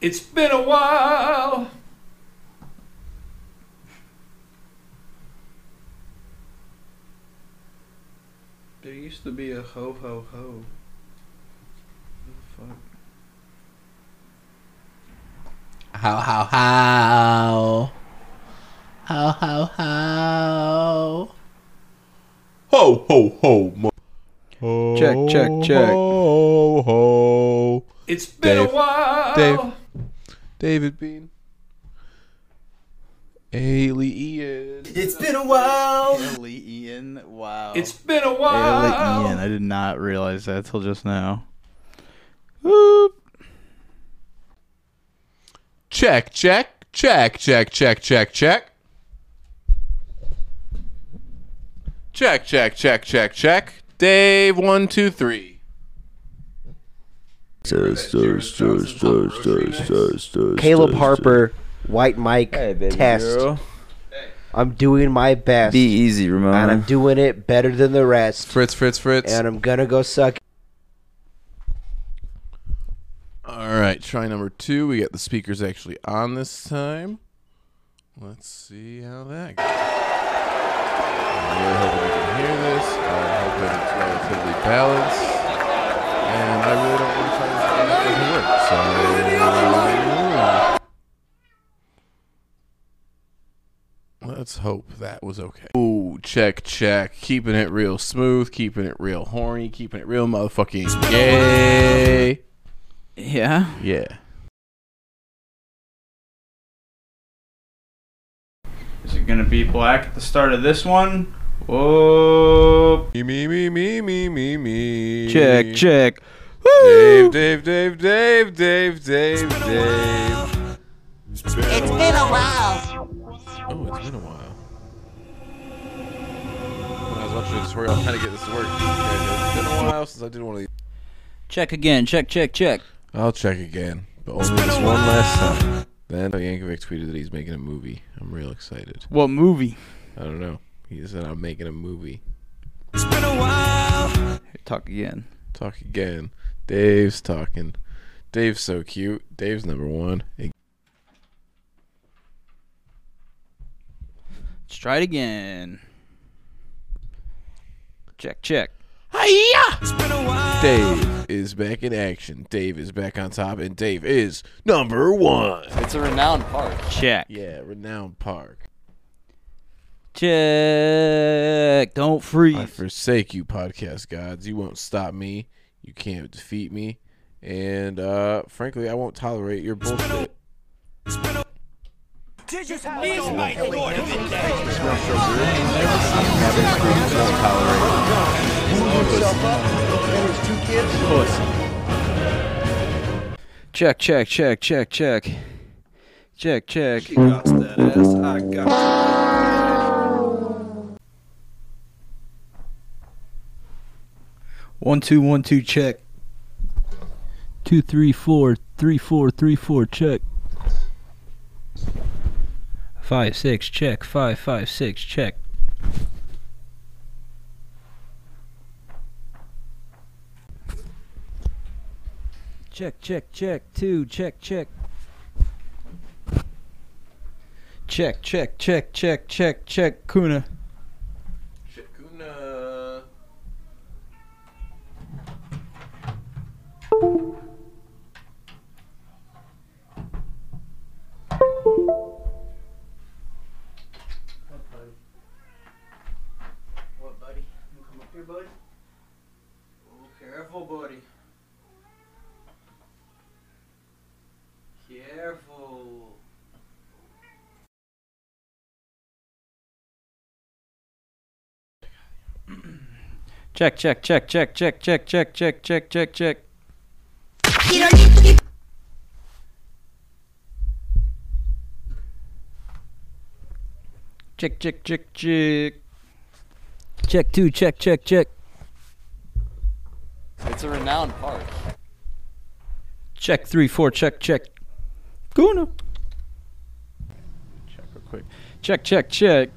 S39: It's been a while.
S35: There used to be a ho ho ho.
S37: How, how, how. How, how, how.
S3: Ho ho ho. Mo- ho
S7: check, check, check.
S3: Ho, ho.
S41: It's been a
S3: Dave.
S41: while.
S3: Dave. David Bean. Ailey Ian.
S1: It's been a while. Ailey Ian. E Wow.
S41: It's been a
S1: Ailey
S41: while.
S1: Ian. I did not realize that till just now.
S3: Check, check, check, check, check, check, check. Check, check, check, check, check. Dave one two three.
S9: Caleb Harper, White Mike, test.
S42: girl.
S9: I'm doing my best.
S42: Be easy, Ramona.
S9: And I'm doing it better than the rest.
S3: Fritz, Fritz, Fritz.
S9: And I'm gonna go suck.
S3: All right, try number two. We got the speakers actually on this time. Let's see how that goes. I'm really hoping you can hear this. I'm hoping it's relatively balanced. And I really don't want to try this again if it doesn't work. So. Let's hope that was okay. Ooh, check, check. Keeping it real smooth, keeping it real horny, keeping it real motherfucking gay.
S1: Yeah.
S3: Yeah.
S1: Is it gonna be black at the start of this one? Whoa.
S3: Me, me, me, me, me, me, me.
S7: Check, check.
S3: Dave, Dave, Dave, Dave, Dave, Dave, Dave. It's been a while. Oh, it's been a while. When I was watching a tutorial on how to get this to work, it's been a while since I did one of these.
S7: Check again. Check, check, check.
S3: I'll check again, but only this one last time. Then Yankovic tweeted that he's making a movie. I'm real excited.
S1: What movie?
S3: I don't know. He said I'm making a movie.
S1: Talk again.
S3: Talk again. Dave's talking. Dave's so cute. Dave's number one.
S1: Let's try it again.
S7: Check, check.
S3: Dave is back in action. Dave is back on top, and Dave is number one.
S15: It's a renowned park.
S1: Check.
S3: Yeah, renowned park.
S7: Check. Don't freeze.
S3: I forsake you, podcast gods. You won't stop me. You can't defeat me. And uh, frankly, I won't tolerate your bullshit.
S7: Check, check, check, check, check. Check, check.
S1: One, two, one, two, check.
S7: Two, three, four, three, four, three, four. Check. Five, six. Check. Five, five, six. Check. Check, check, check. Two. Check, check. Check, check, check, check, check, check. Kuna.
S43: What, buddy? You come up here, buddy? Oh, careful, buddy. Careful.
S7: (clears throat) Check, check, check, check, check, check, check, check, check, check, check. Check, check, check, check. Check two, check, check, check.
S15: It's a renowned park.
S7: Check three, four, check, check. Guna.
S1: Check real quick.
S7: Check, check, check.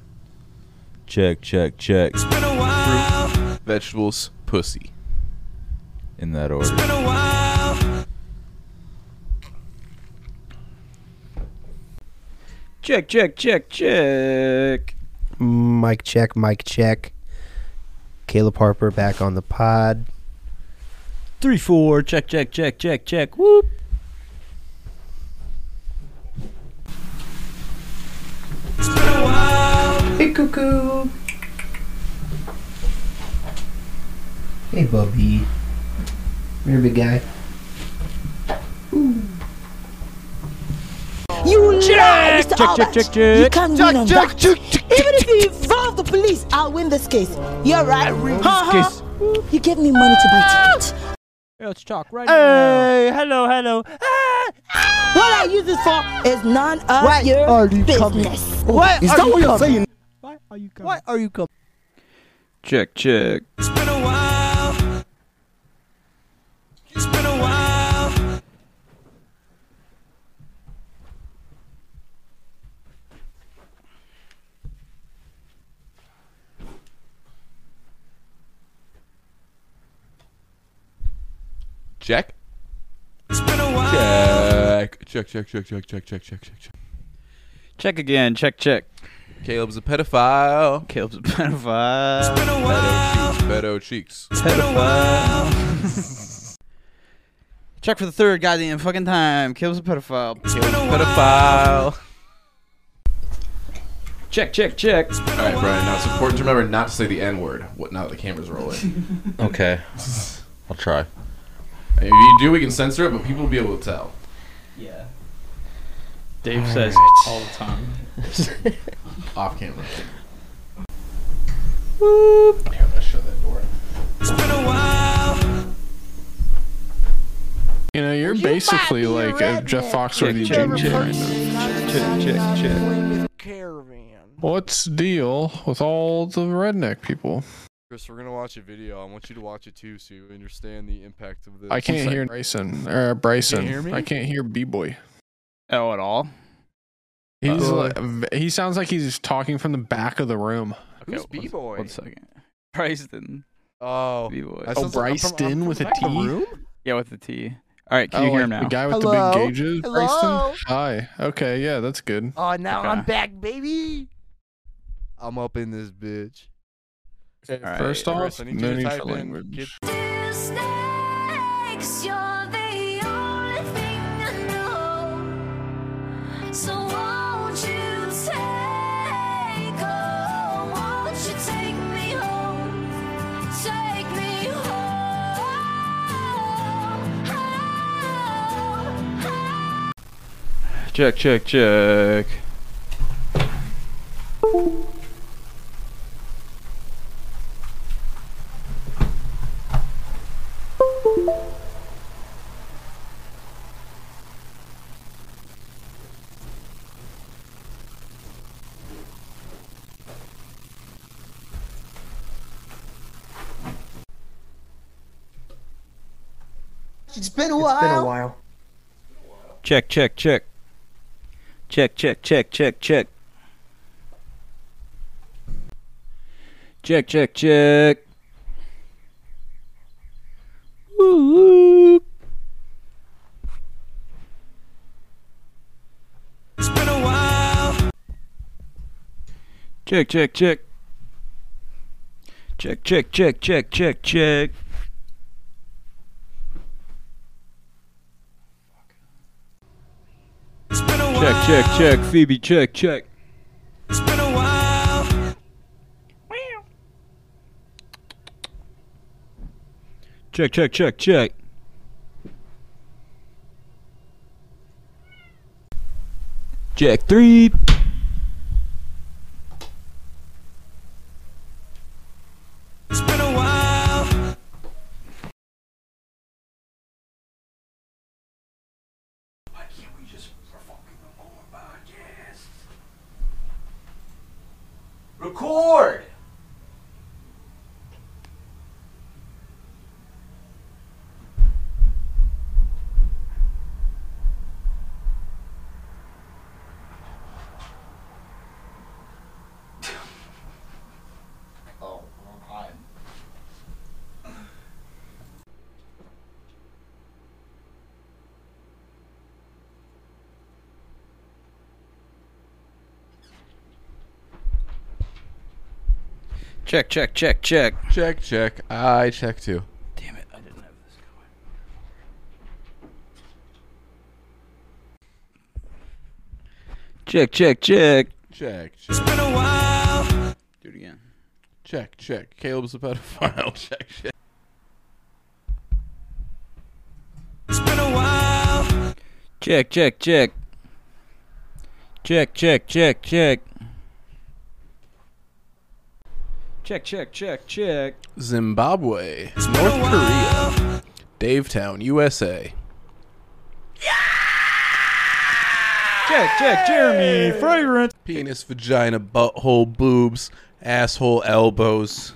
S42: Check, check, check.
S3: Fruit, vegetables, pussy.
S42: In that order.
S7: Check, check, check, check.
S9: Mike check, Mike check. Caleb Harper back on the pod.
S7: Three, four, check, check, check, check, check. Whoop.
S44: Hey, cuckoo.
S9: Hey, Bubby. Come here, big guy.
S4: You lie,
S1: Check,
S4: Mr.
S1: check,
S4: Albert.
S1: check, check.
S4: You can't
S1: Check,
S4: win on
S1: check,
S4: that. Even if you involve the police, I'll win this case. You're right. I win
S1: this Ah!
S4: case. You gave me money to buy tickets.
S1: Let's talk right
S4: Hey, hello, hello.
S1: Ah!
S4: What I use this for is none of
S1: Why
S4: your
S1: are you
S4: business.
S1: coming? Why Is are that you what you're coming? saying?
S4: Why are you coming? Why are you coming?
S1: Check, check.
S3: Check. Check. Check. Check. Check. Check. Check. Check. Check. Check. Check.
S45: Check again. Check, check.
S3: Caleb's a pedophile.
S45: Caleb's a pedophile.
S3: Pedo cheeks.
S45: Pedophile. check for the third goddamn fucking time. Caleb's a pedophile.
S3: Pedophile.
S1: Check, check, check.
S3: All right, Brian. Now it's important to remember not to say the N word. What? Now that the camera's rolling.
S46: (laughs) Okay. I'll try.
S3: if you do, we can censor it, but people will be able to tell.
S9: Yeah.
S45: Dave says all the time.
S3: Off camera.
S9: Boop.
S3: Here, let's shut that door.
S7: You know, you're basically like a Jeff Foxworthy Jim Jim right now. What's the deal with all the redneck people?
S47: Chris, we're gonna watch a video. I want you to watch it too, so you understand the impact of this.
S7: I can't hear Bryson. Or uh, Bryson.
S47: You can't hear me?
S7: I can't hear B boy.
S45: Oh, at all?
S7: He's
S45: Uh,
S7: Oh, like, he sounds like he's talking from the back of the room.
S3: Who's B boy?
S45: One second. Bryston.
S47: Oh.
S45: B-boy.
S7: Oh, Bryston with a T.
S45: Yeah, with the T. All right, can you
S7: Oh,
S45: hear
S7: like
S45: him now?
S7: The guy with
S4: Hello?
S7: the big gauges.
S4: Hello?
S7: Bryson. Hi. Okay. Yeah, that's good.
S4: Oh, now I'm back, baby.
S47: I'm up in this bitch.
S7: Okay,
S47: All
S7: first
S47: right,
S7: off,
S47: Chris, I need
S7: no
S47: you to
S7: need
S47: type
S7: for
S47: in
S7: language.
S47: kid-
S48: Mistakes, you're the only thing I know. So won't you take, oh, won't you take me home? Take me home.
S1: Check, check, check.
S4: It's been a while. It's been a
S9: while.
S1: Check, check, check. Check, check, check, check, check. Check, check, check. Check, check, check. Check, check, check, check, check, check. Check, check, check. Phoebe, check, check. Check, check, check, check. Check three.
S9: Record!
S1: Check, check, check, check.
S3: Check, check. I check too.
S45: Damn it, I didn't have this
S1: Check, check, check.
S3: Check. Check.
S45: Do it again.
S3: (laughs) Check. Check. Caleb's a pedophile. Check. Check.
S1: Check, check, check. Check, check, check, check. Check, check, check, check.
S3: Zimbabwe, North Korea, Davetown, USA.
S1: Check, check, Jeremy. Fragrance.
S3: Penis, vagina, butthole, boobs, asshole, elbows.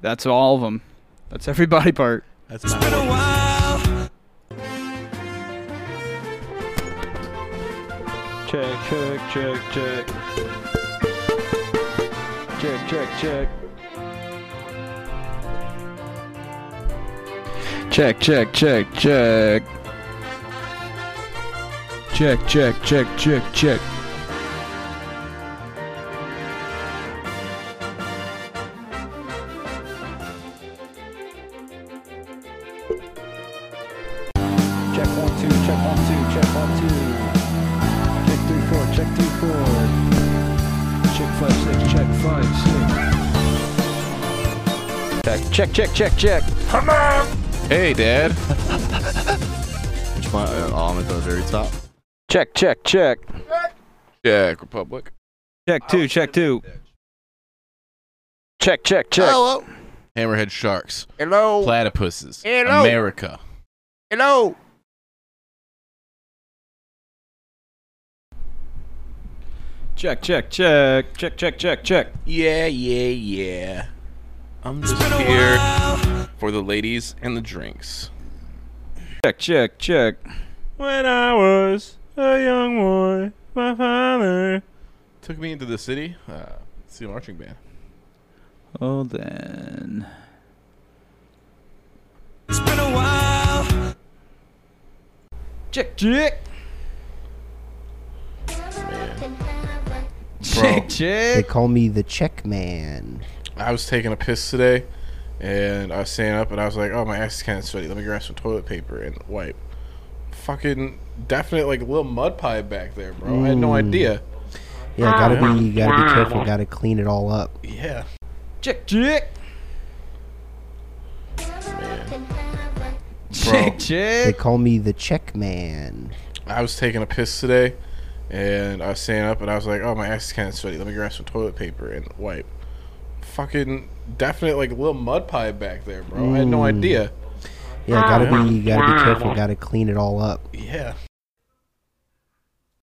S49: That's all of them. That's every body part.
S3: That's my been a while.
S1: Check, check, check, check. Check, check, check. Check, check, check, check. Check, check, check, check, check. Check one, two, check one, two, check one, two. Check three, four, check three, four. Check five, six, check five, six. Check, check, check, check, check.
S3: Come on! Hey, Dad. (laughs)
S50: Which one? uh, Um, at the very top.
S1: Check, check, check.
S3: Czech Republic.
S1: Check two, check two. Check, check, check.
S3: Hello. Hammerhead sharks. Oh.
S2: Hello.
S3: Platypuses.
S2: Hello.
S3: America.
S2: Hello.
S1: Check, check, check. Check, check, check, check.
S3: Yeah, yeah, yeah. I'm just here for the ladies and the drinks.
S1: Check, check, check.
S3: When I was a young boy, my father took me into the city. Uh, see a marching band.
S1: Oh, then. Check, check.
S3: Bro,
S1: They
S9: call me the check man.
S3: I was taking a piss today, and I was standing up, and I was like, "Oh, my ass is kind of sweaty. Let me grab some toilet paper and wipe." Fucking definite, like little mud pie back there, bro. I had no
S9: Mm.
S3: idea.
S9: Yeah, gotta be gotta be careful, gotta clean it all up.
S3: Yeah.
S1: Check, check.
S3: Check,
S9: They call me the check man.
S3: I was taking a piss today, and I was standing up, and I was like, "Oh, my ass is kind of sweaty. Let me grab some toilet paper and wipe." Fucking definite, like little mud pie back there, bro. I had no
S9: Mm.
S3: idea.
S9: Yeah, gotta be gotta be careful, gotta clean it all up.
S3: Yeah.